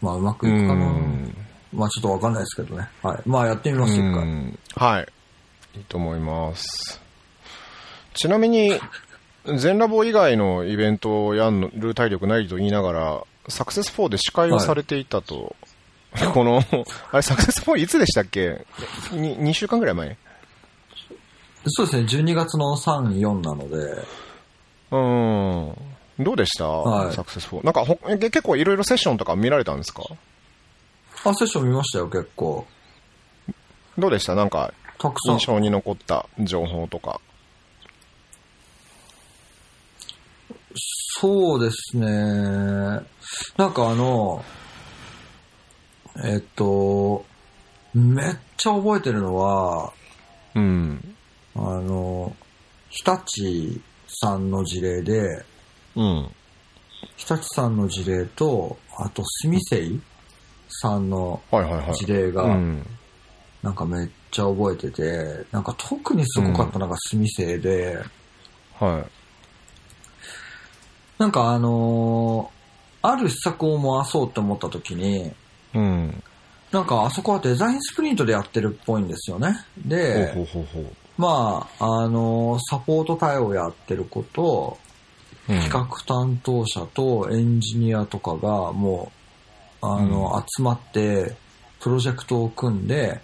[SPEAKER 2] まあ、うまく
[SPEAKER 1] う
[SPEAKER 2] い
[SPEAKER 1] ー。
[SPEAKER 2] くかなんまあ、ちょっとわかんないですけどね。はい。まあ、やってみま
[SPEAKER 1] う
[SPEAKER 2] す、一回。
[SPEAKER 1] ん。はい。いいと思います。ちなみに、全ラボ以外のイベントをやる体力ないと言いながら、サクセス4で司会をされていたと、この、あれ、サクセス4いつでしたっけに ?2 週間ぐらい前
[SPEAKER 2] そうですね、12月の3、4なので、
[SPEAKER 1] うん。どうでした、
[SPEAKER 2] はい
[SPEAKER 1] サクセス4。なんかほ、え結構いろいろセッションとか見られたんですか
[SPEAKER 2] あ、セッション見ましたよ、結構。
[SPEAKER 1] どうでしたなんか、
[SPEAKER 2] たくさん
[SPEAKER 1] 印。象に残った情報とか。
[SPEAKER 2] そうですね。なんかあの、えっと、めっちゃ覚えてるのは、
[SPEAKER 1] うん。
[SPEAKER 2] あの、日立さんの事例で、
[SPEAKER 1] うん。
[SPEAKER 2] 日立さんの事例と、あと、スミセイさんの
[SPEAKER 1] はいはいはい。
[SPEAKER 2] 事例が、
[SPEAKER 1] うん。
[SPEAKER 2] なんかめっちゃ覚えてて、なんか特にすごかったのがスミセイで、
[SPEAKER 1] はい。
[SPEAKER 2] なんかあのーある施策を回そうと思った時に、
[SPEAKER 1] うん。
[SPEAKER 2] なんかあそこはデザインスプリントでやってるっぽいんですよね。で、
[SPEAKER 1] ほうほうほうほ
[SPEAKER 2] まあ、あのーサポート対応やってること、
[SPEAKER 1] う。うん
[SPEAKER 2] 企画担当者とエンジニアとかがもう、あの、
[SPEAKER 1] う
[SPEAKER 2] 集まって、プロジェクトを組んで、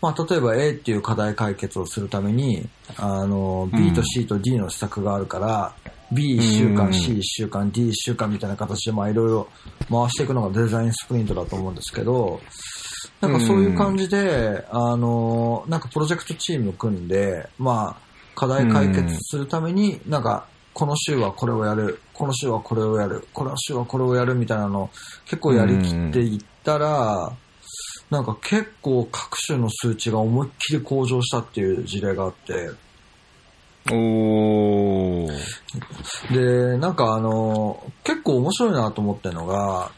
[SPEAKER 2] まあ、例えば A っていう課題解決をするために、あの、
[SPEAKER 1] うん
[SPEAKER 2] B と C と D の施策があるから、B1 週
[SPEAKER 1] うん
[SPEAKER 2] 間、C1 週間、D1 週間みたいな形で、まあ、いろいろ回していくのがデザインスプリントだと思うんですけど、なんかそういう感じで、あの、なんかプロジェクトチーム組んで、まあ、課題解決するために、なんか、この週はこれをやる、この週はこれをやる、この週はこれをやるみたいなのを結構やりきっていったら、なんか結構各種の数値が思いっきり向上したっていう事例があって、
[SPEAKER 1] おー。
[SPEAKER 2] で、なんかあの、結構面白いなと思ってるのが、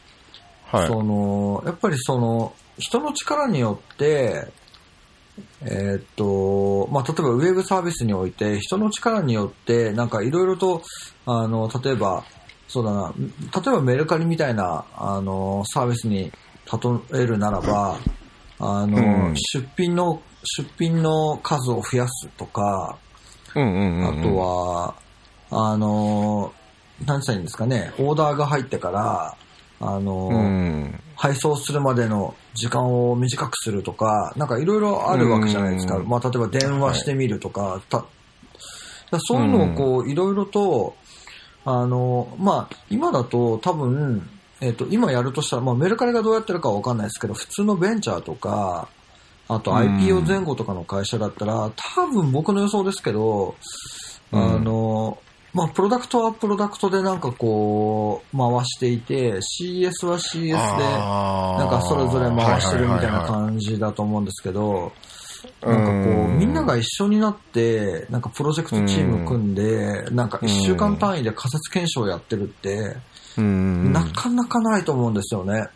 [SPEAKER 1] はい。
[SPEAKER 2] その、やっぱりその、人の力によって、えーっと、まあ、例えばウェブサービスにおいて、人の力によって、なんかいろいろと、あの、例えば、そうだな、例えばメルカリみたいな、あの、サービスに例えるならば、あの、
[SPEAKER 1] うん
[SPEAKER 2] 出品の、出品の数を増やすとか、
[SPEAKER 1] うんうんうん。
[SPEAKER 2] あと、は、あの、何したらいいんですかね、オーダーが入ってから、あの、
[SPEAKER 1] うん。
[SPEAKER 2] 配送するまでの時間を短くするとか、なんかいろいろあるわけじゃないですか。
[SPEAKER 1] うん
[SPEAKER 2] まあ、例えば電話してみるとか、ただからそういうのをこう、いろいろと、あの、まあ、今だと多分、えっ、と、今やるとしたら、まあ、メルカリがどうやってるかはわかんないですけど、普通のベンチャーとか、あと
[SPEAKER 1] うん
[SPEAKER 2] IPO 前後とかの会社だったら、多分僕の予想ですけど、あの、まあ、プロダクトはプロダクトでなんかこう、回していて、CS は CS で、な
[SPEAKER 1] なん
[SPEAKER 2] かそれぞれ回してるみたいな感じだと思うんですけど、
[SPEAKER 1] じ
[SPEAKER 2] なんかこう、みんなが一緒になって、なんかプロジェクトチーム組んで、なんか一週間単位で仮説検証やってるって、
[SPEAKER 1] うん、
[SPEAKER 2] なかなかないと思うんですよね。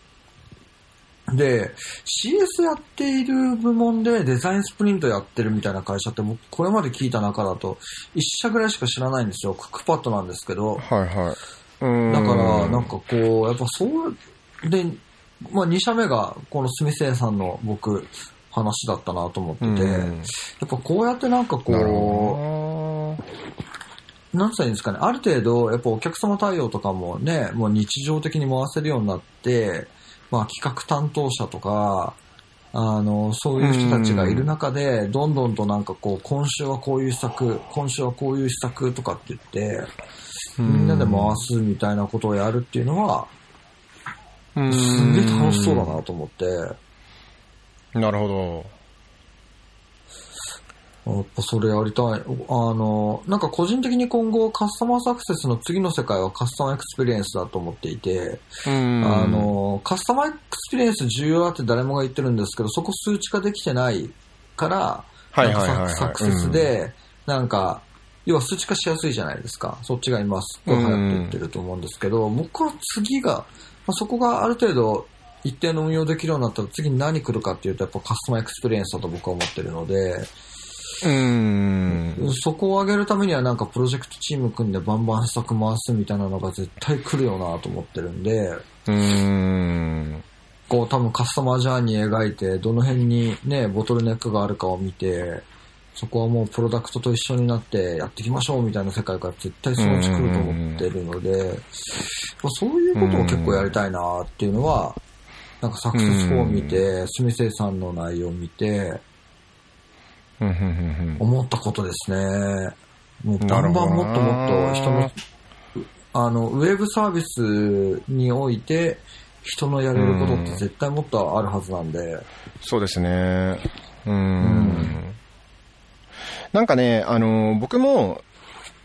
[SPEAKER 2] で、CS やっている部門でデザインスプリントやってるみたいな会社って僕これまで聞いた中だと一社ぐらいしか知らないんですよ。クックパッドなんですけど。
[SPEAKER 1] はいはい。うん
[SPEAKER 2] だから、なん、かこう、やっぱそう、で、まあ2社目がこのスミセイさんの僕、話だったなと思ってて、や
[SPEAKER 1] で、
[SPEAKER 2] っぱこうやってなんか
[SPEAKER 1] なる
[SPEAKER 2] こ
[SPEAKER 1] ほ
[SPEAKER 2] う、なんつったらいいんですかね、ある程度、やっぱお客様対応とかもね、もう日常的に回せるようになって、まあ企画担当者とか、あの、そういう人たちがいる中で、どんどんとなんかこう、今週はこういう施策、今週はこういう施策とかって言って、
[SPEAKER 1] ど
[SPEAKER 2] みんなで回すみたいなことをやるっていうのは、
[SPEAKER 1] す
[SPEAKER 2] すげえ楽しそうだなと思って。
[SPEAKER 1] な。なるほど。
[SPEAKER 2] やっぱそれやりたい。あの、なんか個人的に今後カスタマーサクセスの次の世界はカスタマーエクスペリエンスだと思っていて、
[SPEAKER 1] うん
[SPEAKER 2] あ、の、カスタマーエクスペリエンス重要だって誰もが言ってるんですけど、そこ数値化できてないから、
[SPEAKER 1] はいはいはい
[SPEAKER 2] な
[SPEAKER 1] は
[SPEAKER 2] ん
[SPEAKER 1] い
[SPEAKER 2] かササクセスで、なんか、要は数値化しやすいじゃないですか。そっちが今すっごい流行っていってると思うんですけど、僕は次が、まあ、そこがある程度一定の運用できるようになったら次に何来るかっていうとやっぱカスタマーエクスペリエンスだと僕は思ってるので、
[SPEAKER 1] うん。
[SPEAKER 2] そこを上げるためにはなんかプロジェクトチーム組んでバンバン施策回すみたいなのが絶対来るよなと思ってるんで、
[SPEAKER 1] うん。
[SPEAKER 2] こう多分カスタマージャーニー描いて、どの辺にね、ボトルネックがあるかを見て、そこはもうプロダクトと一緒になってやっていきましょうみたいな世界が絶対そのうち来ると思ってるので、まあそういうことを結構やりたいなっていうのは、なんかサクセス4を見て、スミセイさんの内容を見て、
[SPEAKER 1] うんうんうん
[SPEAKER 2] 思ったことですね。もう
[SPEAKER 1] な
[SPEAKER 2] バ
[SPEAKER 1] る
[SPEAKER 2] ンバ
[SPEAKER 1] ほ
[SPEAKER 2] ン
[SPEAKER 1] どな
[SPEAKER 2] もっともっと人の、あの、ウェブサービスにおいて、人のやれることって絶対もっとあるはずなんで、
[SPEAKER 1] そうですね。うん。
[SPEAKER 2] ん
[SPEAKER 1] なんかね、あの、僕も、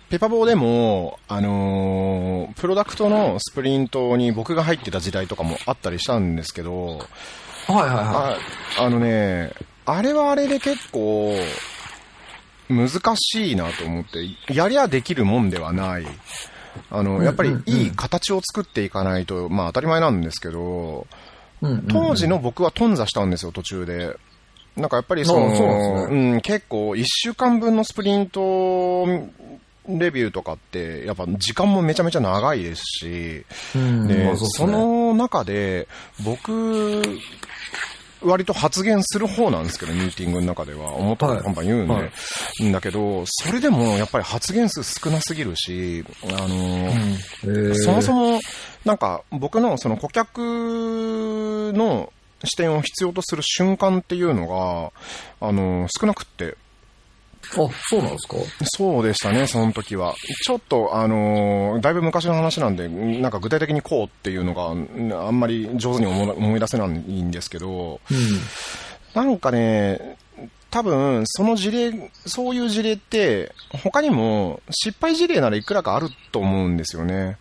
[SPEAKER 1] ペパボーでも、あのプロダクトのスプリントに僕が入ってた時代とかもあったりしたんですけど、
[SPEAKER 2] はいはいは
[SPEAKER 1] ああのね、あれはあれで結構、難しいなと思って、やりゃできるもんではない。あの、やっぱ
[SPEAKER 2] うん
[SPEAKER 1] り
[SPEAKER 2] うんうん
[SPEAKER 1] いい形を作っていかないと、まあ当たり前なんですけど、
[SPEAKER 2] い。うんうんうん
[SPEAKER 1] 当時の僕は頓挫したんですよ、途中で。なんかやっぱりそ
[SPEAKER 2] あ
[SPEAKER 1] の、
[SPEAKER 2] そうなんです
[SPEAKER 1] うん、結構一週間分のスプリントレビューとかって、やっぱ時間もめちゃめちゃ長いですし、
[SPEAKER 2] うん
[SPEAKER 1] で、
[SPEAKER 2] まあうっす
[SPEAKER 1] そ
[SPEAKER 2] ね
[SPEAKER 1] の中で、僕、割と発言する方なんですけど、ミーティングの中では、思ったことパンパン言うんで、
[SPEAKER 2] はいはい
[SPEAKER 1] んだけど、それでもやっぱり発言数少なすぎるし、あの、
[SPEAKER 2] えー
[SPEAKER 1] そもそも、なんか僕のその顧客の視点を必要とする瞬間っていうのが、あの、少なくって、
[SPEAKER 2] あ、そうなんですか
[SPEAKER 1] そうでしたね、その時は。ちょっと、あのーだいぶ昔の話なんで、なんか具体的にこうっていうのが、うんあんまり上手に思い思い出せないんですけど、
[SPEAKER 2] う
[SPEAKER 1] なんかね、多分、その事例、そういう事例って、他にも失敗事例ならいくらかあると思うんですよね。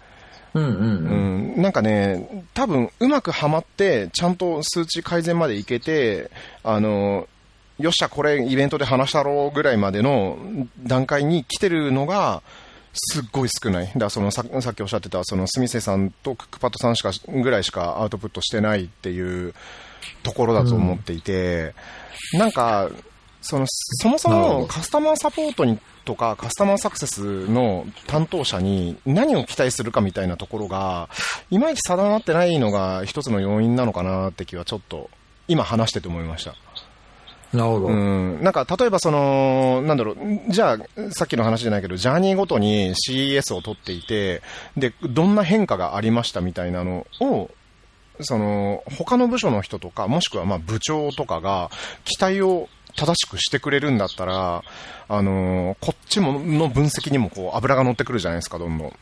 [SPEAKER 2] ん。うんうん
[SPEAKER 1] う
[SPEAKER 2] うん。
[SPEAKER 1] ん、なんかね、多分うまくはまって、ちゃんと数値改善までいけて、あのよっしゃ、これ、イベントで話したろうぐらいまでの段階に来てるのが、すっごい少ない、だからそのささっきおっしゃってた、そのスミセさんとクックパッドさんしかぐらいしかアウトプットしてないっていうところだと思っていて、なんか、そのそもそ
[SPEAKER 2] なるほ
[SPEAKER 1] も
[SPEAKER 2] ど
[SPEAKER 1] カスタマーサポートにとかカスタマーサクセスの担当者に何を期待するかみたいなところが、いまいち定まってないのが一つの要因なのかなって気はちょっと、今話してて思いました。
[SPEAKER 2] なるほど。
[SPEAKER 1] う
[SPEAKER 2] うん
[SPEAKER 1] ん。なんか、例えばその、なんだろう、じゃあ、さっきの話じゃないけど、ジャーニーごとに CES を取っていて、で、どんな変化がありましたみたいなのを、その、他の部署の人とか、もしくはまあ部長とかが、期待を正しくしてくれるんだったら、あのこっちもの分析にもこう、油が乗ってくるじゃないですか、どんどん。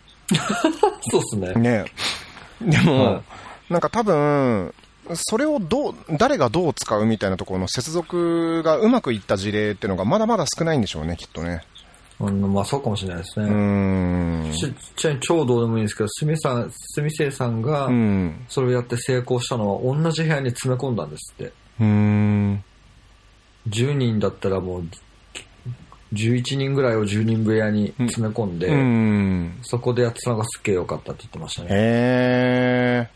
[SPEAKER 2] そうっすね。
[SPEAKER 1] ねでも、
[SPEAKER 2] は
[SPEAKER 1] なんか多分、それをどう、誰がどう使うみたいなところの接続がうまくいった事例っていうのがまだまだ少ないんでしょうね、きっとね。
[SPEAKER 2] うん、まあそうかもしれないです
[SPEAKER 1] うー
[SPEAKER 2] ね。
[SPEAKER 1] ん。
[SPEAKER 2] ちちなみに超どうでもいいんですけど、すみさん、すみせいさんが
[SPEAKER 1] う、ん。
[SPEAKER 2] それをやって成功したのは同じ部屋に詰め込んだんですって。
[SPEAKER 1] うーん。
[SPEAKER 2] 10人だったらもう、11人ぐらいを10人部屋に詰め込んで、
[SPEAKER 1] うん。
[SPEAKER 2] そこでやってたのがすっげえ良かったって言ってましたね。
[SPEAKER 1] へえ。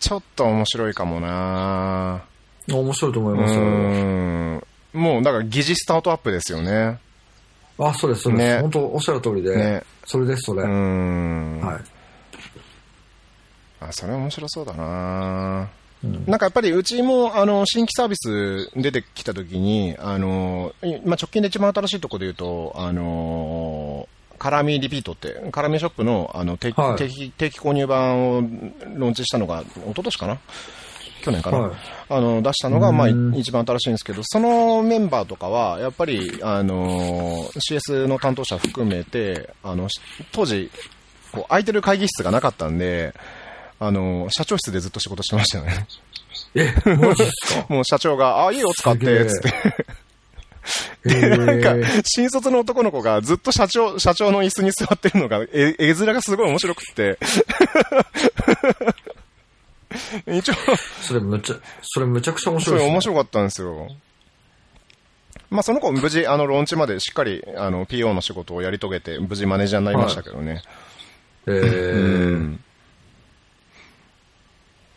[SPEAKER 1] ちょっと面白いかもな
[SPEAKER 2] 面白いと思
[SPEAKER 1] う
[SPEAKER 2] いますよ。
[SPEAKER 1] ーん。もう、だから疑似スタートアップですよね。
[SPEAKER 2] あ、そうです、そうです。
[SPEAKER 1] ね
[SPEAKER 2] 本当おっしゃる通りで、
[SPEAKER 1] ね。
[SPEAKER 2] それです、それ。
[SPEAKER 1] うーん。
[SPEAKER 2] はい。
[SPEAKER 1] あ、それ面白そうだな
[SPEAKER 2] うん
[SPEAKER 1] なんかやっぱりうちもあの新規サービス出てきたときにあの、いまあ、直近で一番新しいところで言うと、あのカラミリピートって、カラミショップのあの定期,、
[SPEAKER 2] はい
[SPEAKER 1] 定期定期購入版をローンチしたのが、一昨年かな、去年かな、
[SPEAKER 2] はい
[SPEAKER 1] あの出したのが、まあ、い
[SPEAKER 2] うん
[SPEAKER 1] 一番新しいんですけど、そのメンバーとかは、やっぱり、あの CS の担当者含めて、あのし当時こう、空いてる会議室がなかったんで、あの社長室でずっと仕事してましたよね。
[SPEAKER 2] え、マジっすか
[SPEAKER 1] もう社長が、あ、いいよ、使っ
[SPEAKER 2] すげ
[SPEAKER 1] て、
[SPEAKER 2] え
[SPEAKER 1] つって。
[SPEAKER 2] え
[SPEAKER 1] なんか、新卒の男の子がずっと社長、社長の椅子に座ってるのが、絵絵面がすごい面白くって。 一応、
[SPEAKER 2] それむちゃ、それむちゃくちゃ面
[SPEAKER 1] そ
[SPEAKER 2] 白い
[SPEAKER 1] れ
[SPEAKER 2] ですね
[SPEAKER 1] 面白かったんですよ。まあ、その子、無事、あの、ローンチまでしっかり、あの、PO の仕事をやり遂げて、無事マネージャーになりましたけどね。
[SPEAKER 2] えー
[SPEAKER 1] うん。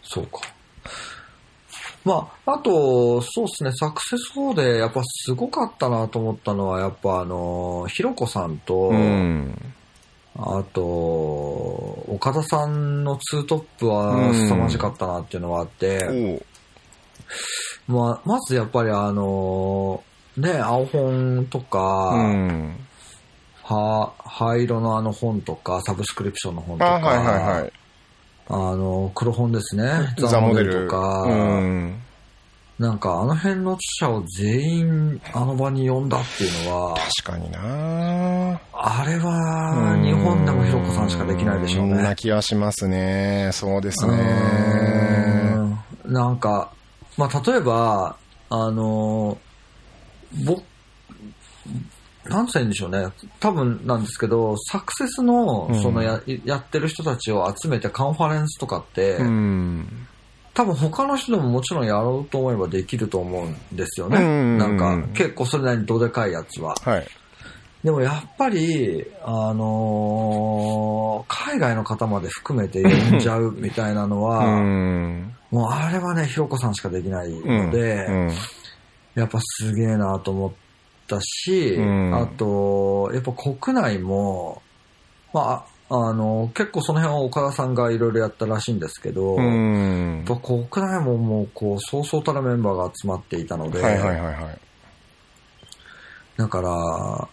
[SPEAKER 2] そうか。まあ、あと、そうですね、サクセス4でやっぱすごかったなと思ったのは、やっぱあの、ひろこさんと、
[SPEAKER 1] うん。
[SPEAKER 2] あと、岡田さんのツートップ
[SPEAKER 1] う
[SPEAKER 2] は
[SPEAKER 1] ん
[SPEAKER 2] 凄まじかったなっていうのはあって、
[SPEAKER 1] おう
[SPEAKER 2] まあ、まずやっぱりあの、ね、青本と
[SPEAKER 1] う
[SPEAKER 2] か、
[SPEAKER 1] ん。
[SPEAKER 2] は、灰色のあの本とか、サブスクリプションの本と
[SPEAKER 1] あ、
[SPEAKER 2] か、
[SPEAKER 1] はいはいはい。
[SPEAKER 2] あの、黒本で すね、
[SPEAKER 1] ザモデル。
[SPEAKER 2] とか、
[SPEAKER 1] うん。
[SPEAKER 2] なんかあの辺の記者を全員あの場に呼んだっていうのは、
[SPEAKER 1] 確かにな
[SPEAKER 2] あれは日本でもひろこさんしかできないでしょう
[SPEAKER 1] そんな
[SPEAKER 2] ね。
[SPEAKER 1] 気がしますね。そうですね。
[SPEAKER 2] うんなんか、まあ例えば、あの、僕、なんて言うんでしょうね。多分なんですけど、サクセスの
[SPEAKER 1] うん、
[SPEAKER 2] そのや、やってる人たちを集めてカンファレンスとかって、
[SPEAKER 1] うん。
[SPEAKER 2] 多分他の人でももちろんやろうと思えばできると思うんですよね。
[SPEAKER 1] うん
[SPEAKER 2] なんか、結構それなりにどでかいやつは。
[SPEAKER 1] はい。
[SPEAKER 2] でもやっぱり、あのー海外の方まで含めて呼んじゃうみたいなの
[SPEAKER 1] う
[SPEAKER 2] は、
[SPEAKER 1] ん。
[SPEAKER 2] もうあれはね、ひろこさんしかできない
[SPEAKER 1] うん。
[SPEAKER 2] ので、
[SPEAKER 1] うん
[SPEAKER 2] やっぱすげえなと思ったし、
[SPEAKER 1] うん
[SPEAKER 2] あと、やっぱ国内も、まあ、あの、結構その辺は岡田さんがいろいろやったらしいんですけど、
[SPEAKER 1] う
[SPEAKER 2] やっ
[SPEAKER 1] ん。
[SPEAKER 2] ぱ国内ももうこう、そうそうたるメンバーが集まっていたので、
[SPEAKER 1] はいはいはいはい。
[SPEAKER 2] だから、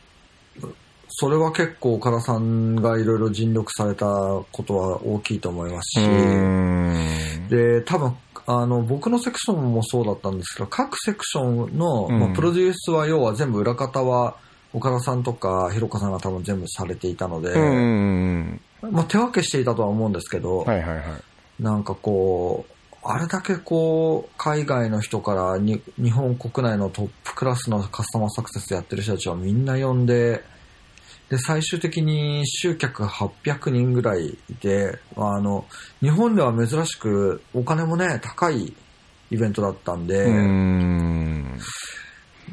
[SPEAKER 2] それは結構岡田さんがいろいろ尽力されたことは大きいと思いますし、
[SPEAKER 1] うん
[SPEAKER 2] で、多分、あの、僕のセクションもそうだったんですけど、各セクションの、
[SPEAKER 1] うん
[SPEAKER 2] まあ、プロデュースは要は全部裏方は、岡田さんとか、ひろかさんが多分全部されていたので、
[SPEAKER 1] うん。
[SPEAKER 2] まあ、手分けしていたとは思うんですけど、
[SPEAKER 1] はいはいはい。
[SPEAKER 2] なんかこう、あれだけこう、海外の人からに日本国内のトップクラスのカスタマーサクセスやってる人たちはみんな呼んで、で、最終的に集客800人ぐらいいて、あの、日本では珍しくお金もね、高いイベントだったんで、
[SPEAKER 1] うん。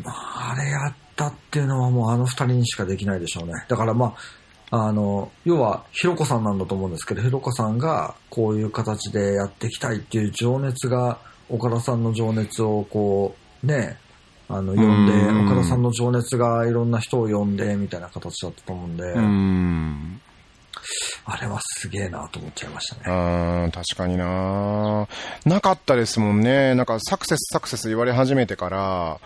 [SPEAKER 2] あれやったっていうのはもうあの二人にしかできないでしょうね。だからまあ、あの、要は、ひろこさんなんだと思うんですけど、ひろこさんがこういう形でやっていきたいっていう情熱が、岡田さんの情熱をこう、ね、あの、呼んで、
[SPEAKER 1] うん
[SPEAKER 2] 岡田さんの情熱がいろんな人を呼んで、みたいな形だったと思うんで、
[SPEAKER 1] うん。
[SPEAKER 2] あれはすげえなと思っちゃいましたね。
[SPEAKER 1] あー確かにななかったですもんね。なんか、サクセス、サクセス言われ始めてから、
[SPEAKER 2] は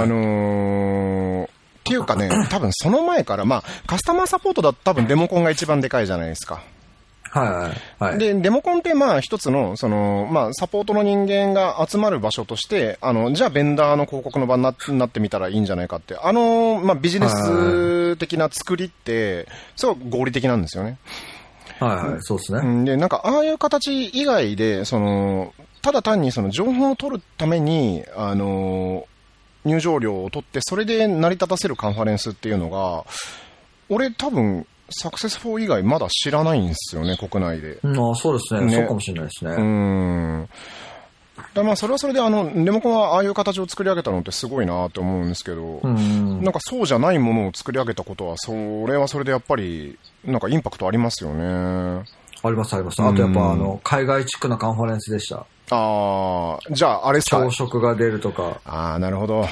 [SPEAKER 2] い
[SPEAKER 1] あのーっていうか ね、多分その前から、まあ、カスタマーサポートだと多分デモコンが一番でかいじゃないですか。
[SPEAKER 2] はいはいはい。
[SPEAKER 1] で、デモコンってまあ一つの、その、まあサポートの人間が集まる場所として、あの、じゃあベンダーの広告の場にななってみたらいいんじゃないかって、あの、まあビジネス的な作りって、すごく合理的なんですよね。
[SPEAKER 2] はいはい、そうですね。
[SPEAKER 1] うんで、なんか、ああいう形以外で、その、ただ単にその情報を取るために、あの、入場料を取って、それで成り立たせるカンファレンスっていうのが、俺多分、サクセス4以外まだ知らないんですよね、国内で。
[SPEAKER 2] うん、あそうですね
[SPEAKER 1] ね
[SPEAKER 2] そうかもしれないですね。
[SPEAKER 1] うん。だまあ、それはそれで、あの、レモコンはああいう形を作り上げたのってすごいなと思うんですけど、
[SPEAKER 2] うん
[SPEAKER 1] なんかそうじゃないものを作り上げたことは、それはそれでやっぱり、なんかインパクトありますよね。
[SPEAKER 2] ありますあります。あとやっ
[SPEAKER 1] うん
[SPEAKER 2] ぱ、あの、海外地区のカンファレンスでした。
[SPEAKER 1] ああ、じゃあ、あれですか
[SPEAKER 2] 朝食が出るとか。
[SPEAKER 1] ああ、なるほど。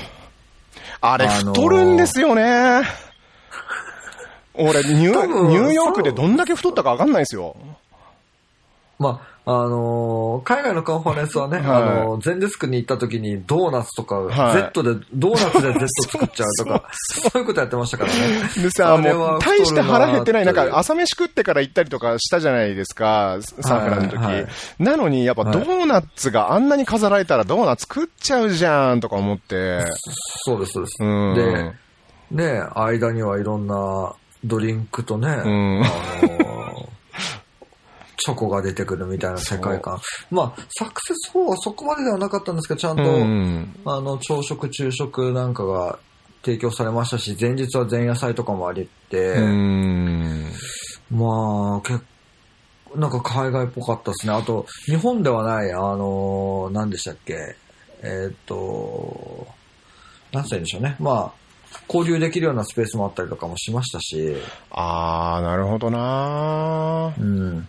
[SPEAKER 1] あれ、
[SPEAKER 2] あのー
[SPEAKER 1] 太るんですよね。俺ニュ
[SPEAKER 2] 多
[SPEAKER 1] ー、
[SPEAKER 2] 分
[SPEAKER 1] ニューヨークでどんだけ太ったかわかんないですよ。
[SPEAKER 2] まあ、あのー海外のカンファレンスはね、
[SPEAKER 1] はい
[SPEAKER 2] あのー前デスクに行った時にドーナツとか、
[SPEAKER 1] はい
[SPEAKER 2] Z で、ドー ナツで Z 作っちゃうとか、そういうことやってましたからね。
[SPEAKER 1] でさ、
[SPEAKER 2] あれは
[SPEAKER 1] もう、大して腹減ってない、なん
[SPEAKER 2] 太るなーって
[SPEAKER 1] か、朝飯食ってから行ったりとかしたじゃないですか、サーフランの時。
[SPEAKER 2] はいはい
[SPEAKER 1] なのに、やっぱ
[SPEAKER 2] はい
[SPEAKER 1] ドーナツがあんなに飾られたら、ドーナツ食っちゃうじゃん、とか思って。
[SPEAKER 2] そうです、そうです。
[SPEAKER 1] うん。
[SPEAKER 2] で、ね、間にはいろんなドリンクとね、
[SPEAKER 1] うん
[SPEAKER 2] あのーチョコが出てくるみたいな世界観。まあ、サクセス4はそこまでではなかったんですけど、ちゃんと、
[SPEAKER 1] うん。
[SPEAKER 2] あの、朝食、昼食なんかが提供されましたし、前日は前夜祭とかもありって、
[SPEAKER 1] うーん。
[SPEAKER 2] まあ、結構、なんか海外っぽかったですね。あと、日本ではない、あのー、何でしたっけ。えーっ、と、なんて言うんでしょうね。まあ、交流できるようなスペースもあったりとかもしましたし、
[SPEAKER 1] あー、なるほどな
[SPEAKER 2] うん。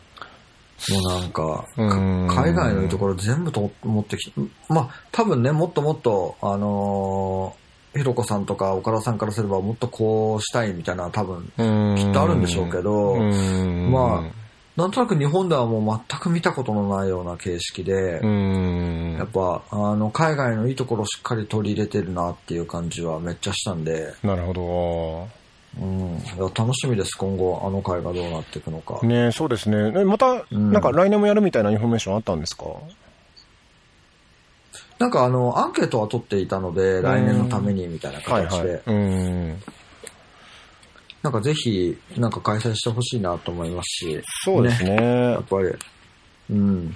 [SPEAKER 2] もうなんか、か
[SPEAKER 1] うん
[SPEAKER 2] 海外のいいところ全部と持ってきて、まあ、多分ね、もっともっと、あのーひろこさんとか岡田さんからすればもっとこうしたいみたいな多分
[SPEAKER 1] うーん。
[SPEAKER 2] きっとあるんでしょうけど、
[SPEAKER 1] うーん。
[SPEAKER 2] まなんとなく日本ではもう全く見たことのないような形式で、
[SPEAKER 1] うーん。
[SPEAKER 2] やっぱあの海外のいいところをしっかり取り入れてるなっていう感じはめっちゃしたんで、
[SPEAKER 1] なるほど。
[SPEAKER 2] うん、いや楽しみです今後あの会がどうなっていくのか、
[SPEAKER 1] ねそうですね。ねまた、
[SPEAKER 2] ん
[SPEAKER 1] なんか来年もやるみたいなインフォメーションあったんですか
[SPEAKER 2] なんかあのアンケートは取っていたので来年のためにみたいな
[SPEAKER 1] はい
[SPEAKER 2] 形
[SPEAKER 1] はい。
[SPEAKER 2] で、
[SPEAKER 1] うーん。
[SPEAKER 2] なんかぜひなんか開催してほしいなと思いますし
[SPEAKER 1] そうですね。
[SPEAKER 2] やっぱりうん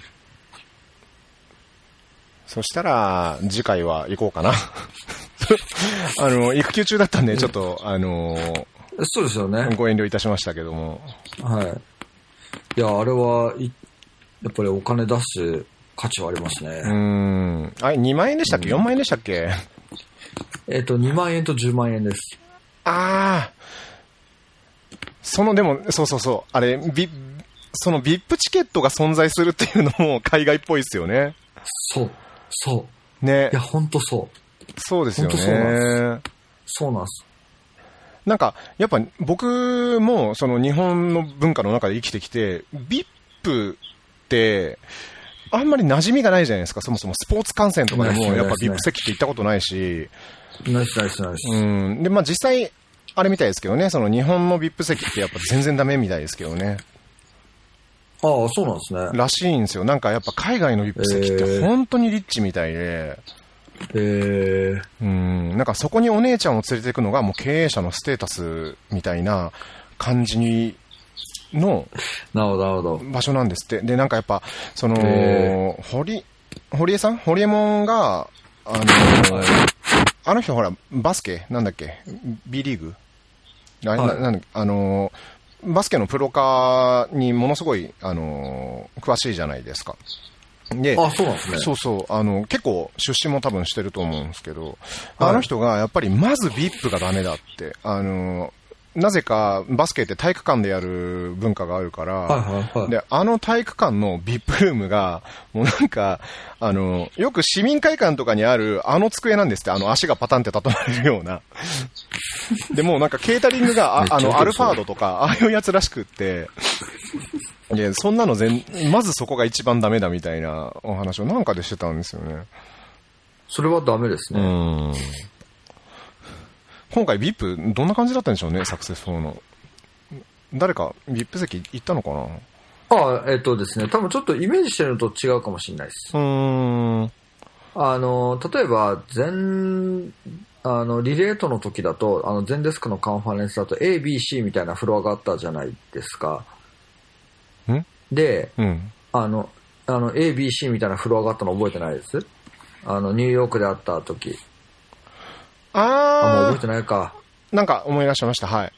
[SPEAKER 1] そしたら、次回は行こうかな。 あの、育休中だったんで、ちょっと、あのー、
[SPEAKER 2] そうですよね、
[SPEAKER 1] ご遠慮いたしましたけども。
[SPEAKER 2] はいいやあれはいやっぱりお金出す価値はありますね、
[SPEAKER 1] うーん。あれ、2万円でしたっけ ?4 万円でしたっけ
[SPEAKER 2] えっと、2万円と10万円です。
[SPEAKER 1] ああ。その、でも、そうそうそう。あれ、ビその VIP チケットが存在するっていうのも 海外っぽいですよね。
[SPEAKER 2] そう。そう。
[SPEAKER 1] ね
[SPEAKER 2] いや、。ほんとそう。
[SPEAKER 1] そうですよ
[SPEAKER 2] 本当そうなん
[SPEAKER 1] ね。
[SPEAKER 2] そうなんです。
[SPEAKER 1] なんか、やっぱ僕もその日本の文化の中で生きてきて、VIP って、あんまり馴染みがないじゃないですか、そもそもスポーツ観戦とかで
[SPEAKER 2] ないです
[SPEAKER 1] も、
[SPEAKER 2] ね
[SPEAKER 1] やっぱ
[SPEAKER 2] ないですね
[SPEAKER 1] VIP 席って行ったことないし、
[SPEAKER 2] ナイスナイスナイス。
[SPEAKER 1] うん。で、まあ実際、あれみたいですけどね、その日本の VIP 席ってやっぱ全然ダメみたいですけどね。
[SPEAKER 2] ああ、そうなんですね。
[SPEAKER 1] らしいんですよ。なんかやっぱ海外の VIP 席っ
[SPEAKER 2] え
[SPEAKER 1] て
[SPEAKER 2] ー
[SPEAKER 1] 本当にリッチみたいで、
[SPEAKER 2] えー、
[SPEAKER 1] うん、なんかそこにお姉ちゃんを連れていくのがもう経営者のステータスみたいな感じに、の
[SPEAKER 2] なるほど、なるほど。
[SPEAKER 1] 場所なんですって。で、なんかやっぱ、そ
[SPEAKER 2] へ
[SPEAKER 1] の、堀、堀江さん堀江門が、あのー、あの人ほら、バスケ、なんだっけ ?B リーグあれ、
[SPEAKER 2] はい
[SPEAKER 1] ななんだっけあのー、バスケのプロ化にものすごい、あのー詳しいじゃないですか。で、
[SPEAKER 2] ああ、そうなんですね。
[SPEAKER 1] そうそう、あの、結構出資も多分してると思うんですけど、
[SPEAKER 2] はい
[SPEAKER 1] あの人がやっぱりまず VIP がダメだって、あの、なぜかバスケって体育館でやる文化があるから、
[SPEAKER 2] はいはいはい
[SPEAKER 1] で、あの体育館の VIP ルームが、もうなんか、あの、よく市民会館とかにあるあの机なんですって、あの足がパタンって畳まれるような。で、もうなんかケータリングが、ああ
[SPEAKER 2] めっちゃ
[SPEAKER 1] の、
[SPEAKER 2] いい
[SPEAKER 1] ア
[SPEAKER 2] で
[SPEAKER 1] ル
[SPEAKER 2] す
[SPEAKER 1] フ
[SPEAKER 2] ね
[SPEAKER 1] ァードとか、ああいうやつらしくって、いや、そんなの全、まずそこが一番ダメだみたいなお話をなんかでしてたんですよね。
[SPEAKER 2] それはダメですね。
[SPEAKER 1] ん。今回 VIP、どんな感じだったんでしょうね、サクセス4の。誰か VIP 席行ったのかな
[SPEAKER 2] ああ、えっ、とですね、多分ちょっとイメージしてるのと違うかもしれないで
[SPEAKER 1] う
[SPEAKER 2] す。
[SPEAKER 1] ーん。
[SPEAKER 2] あの、例えば、全、あの、リレートの時だと、あの、全デスクのカンファレンスだと A、B、C みたいなフロアがあったじゃないですか。
[SPEAKER 1] ん
[SPEAKER 2] で、
[SPEAKER 1] うん。
[SPEAKER 2] あの、あの、A、B、C みたいなフロアがあったの覚えてないですあの、ニューヨークで会った時。あ、もう
[SPEAKER 1] あ
[SPEAKER 2] 覚えてないか。
[SPEAKER 1] ー、なんか思い出しました、はい。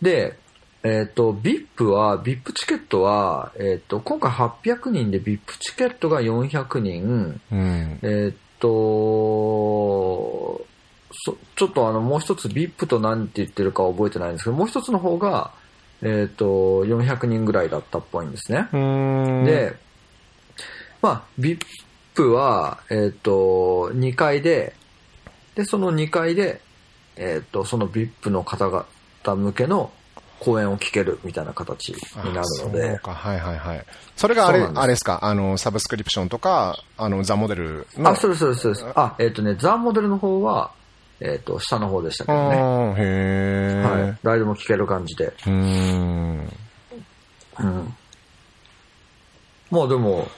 [SPEAKER 2] で、えっ、と、VIP は、VIP チケットは、えっ、と、今回800人で VIP チケットが400人、
[SPEAKER 1] うん。
[SPEAKER 2] えっ、と、そちょっとあの、もう一つ VIP と何て言ってるかは覚えてないんですけど、もう一つの方が、えっ、と、400人ぐらいだったっぽいんですね。
[SPEAKER 1] うーん。、
[SPEAKER 2] で、まあ、VIP は、えっ、と、2階で、で、その2階で、えっ、と、その VIP の方々向けの講演を聞けるみたいな形になるの
[SPEAKER 1] あそう
[SPEAKER 2] で、
[SPEAKER 1] か、はいはいはい。それがあれ、
[SPEAKER 2] そうなんです
[SPEAKER 1] あれですか、あの、サブスクリプションとか、あの、ザ・モデルの。
[SPEAKER 2] あ、そうです、そうです、そうです。あ、えっ、とね、ザ・モデルの方は、えっ、と、下の方でしたけ
[SPEAKER 1] あ
[SPEAKER 2] どね。
[SPEAKER 1] ーへー。
[SPEAKER 2] はい。誰でも聞ける感じで。
[SPEAKER 1] うーん。
[SPEAKER 2] うん。まあでも、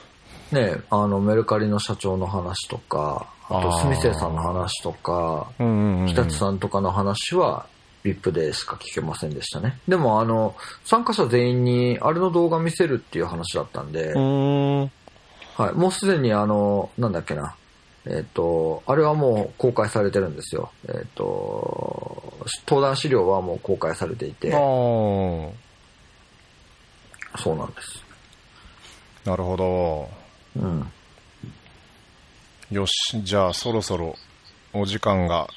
[SPEAKER 2] ね、あの、メルカリの社長の話とか、あと、
[SPEAKER 1] あー
[SPEAKER 2] スミセイさんの話とか、
[SPEAKER 1] うんうんうん。
[SPEAKER 2] 日立さんとかの話は VIP でしか聞けませんでしたね。でもあの、参加者全員にあれの動画見せるっていう話だったんで、
[SPEAKER 1] うーん。
[SPEAKER 2] はい、もうすでにあの、なんだっけな、えっと、あれはもう公開されてるんですよ。えっと、登壇資料はもう公開されていて
[SPEAKER 1] あ、ー
[SPEAKER 2] そうなんです。
[SPEAKER 1] なるほど。
[SPEAKER 2] うん。
[SPEAKER 1] よし、じゃあそろそろお時間が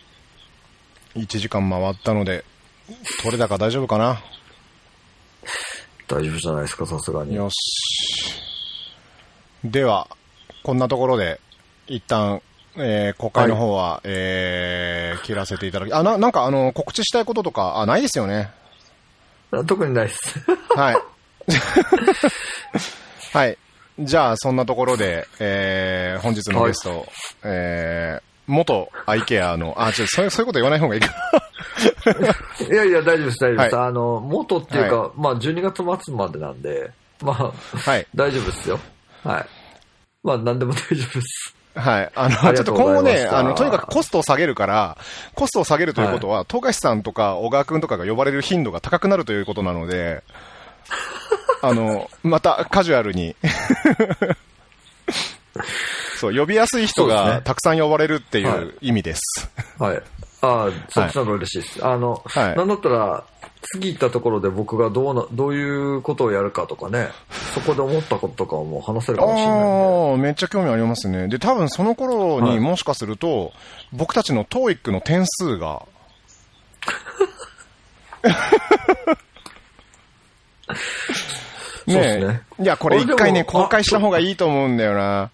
[SPEAKER 1] 1時間回ったので、取れたか大丈夫かな
[SPEAKER 2] 大丈夫じゃないですか、さすがに。
[SPEAKER 1] よし。では、こんなところで、一旦、えー、国会の方は、えー、切らせていただき、あ、な、なんかあの、告知したいこととか、あ、ないですよね。
[SPEAKER 2] 特にないです。
[SPEAKER 1] はい。 はい。じゃあ、そんなところで、えー、本日のゲスト、えー、元アイケアの、あ、ちょっとそういう、そういうこと言わない方がいいか。
[SPEAKER 2] いやいや、大丈夫です、大丈夫です。
[SPEAKER 1] は
[SPEAKER 2] あの、元っていうか、まあ、12月末までなんで、まあ、
[SPEAKER 1] はい。
[SPEAKER 2] 大丈夫ですよ。はい。まあ、なんでも大丈夫です。
[SPEAKER 1] はい。あの、
[SPEAKER 2] あり
[SPEAKER 1] ちょっ
[SPEAKER 2] がと
[SPEAKER 1] と
[SPEAKER 2] うござい
[SPEAKER 1] 今後
[SPEAKER 2] ました
[SPEAKER 1] ね、あの、とにかくコストを下げるから、コストを下げるということは、富樫さんとか小川くんとかが呼ばれる頻度が高くなるということなの で、あの、またカジュアル に。そう、呼びやすい人
[SPEAKER 2] そうです
[SPEAKER 1] が
[SPEAKER 2] ね
[SPEAKER 1] たくさん呼ばれるってい
[SPEAKER 2] は
[SPEAKER 1] う意味です。
[SPEAKER 2] はい。ああ、そっちの方が嬉しいです。あの、
[SPEAKER 1] はい
[SPEAKER 2] なんだったら、次行ったところで僕がどうな、どういうことをやるかとかね、そこで思ったこととかをもう話せるかもしれないんで。
[SPEAKER 1] ああ、めっちゃ興味ありますね。で、多分その頃
[SPEAKER 2] は
[SPEAKER 1] に
[SPEAKER 2] い
[SPEAKER 1] もしかすると、僕たちの TOEIC の点数が、
[SPEAKER 2] そうですね
[SPEAKER 1] えいや、これ
[SPEAKER 2] あれで
[SPEAKER 1] 一
[SPEAKER 2] も
[SPEAKER 1] 回ね、
[SPEAKER 2] あ
[SPEAKER 1] 公開した方がいいと思うんだよ な。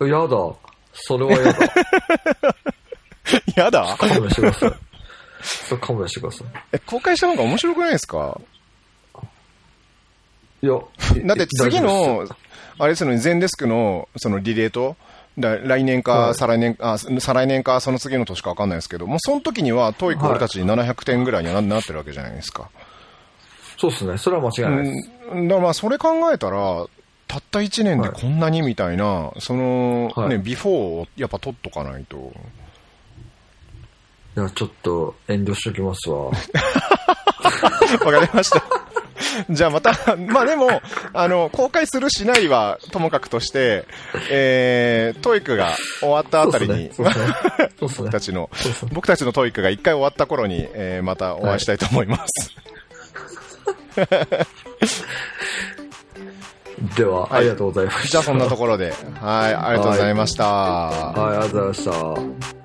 [SPEAKER 2] やだ。それはやだ。
[SPEAKER 1] やだ
[SPEAKER 2] 勘弁してください。 それ勘弁してくださ
[SPEAKER 1] え、公開した方が面白くないですか
[SPEAKER 2] い。いや、
[SPEAKER 1] だって次
[SPEAKER 2] 大丈夫で
[SPEAKER 1] の、あれですよね、全デスクの、そのリレーと、だ来年か、
[SPEAKER 2] はい
[SPEAKER 1] 再来年か、あ再来年か、その次の年かわかんないですけど、もうその時には、トイック
[SPEAKER 2] はい
[SPEAKER 1] 俺たち700点ぐらいにはななってるわけじゃないですか。
[SPEAKER 2] すそうですね。それは間違いないです。
[SPEAKER 1] うん、だからまあそれ考えたら、たった1年でこんなにみたいな、その、
[SPEAKER 2] はい
[SPEAKER 1] ね、ビフォーをやっぱ取っとかないと。
[SPEAKER 2] いや、ちょっと遠慮しておきますわ。
[SPEAKER 1] わかりました。 じゃあまた、まあでも、あの、公開するしないはともかくとして、えー、トイックが終わ ったあたりに、
[SPEAKER 2] そうですね。そ うですね。
[SPEAKER 1] 僕たちの
[SPEAKER 2] そうですね。
[SPEAKER 1] 僕たちのトイックが一回終わった頃に、えーまたお会いしたいと思います。
[SPEAKER 2] では、
[SPEAKER 1] い
[SPEAKER 2] ありがとうございました。
[SPEAKER 1] じゃあそんなところで、はい、ありがとうございました。
[SPEAKER 2] はい、ありがとうございました。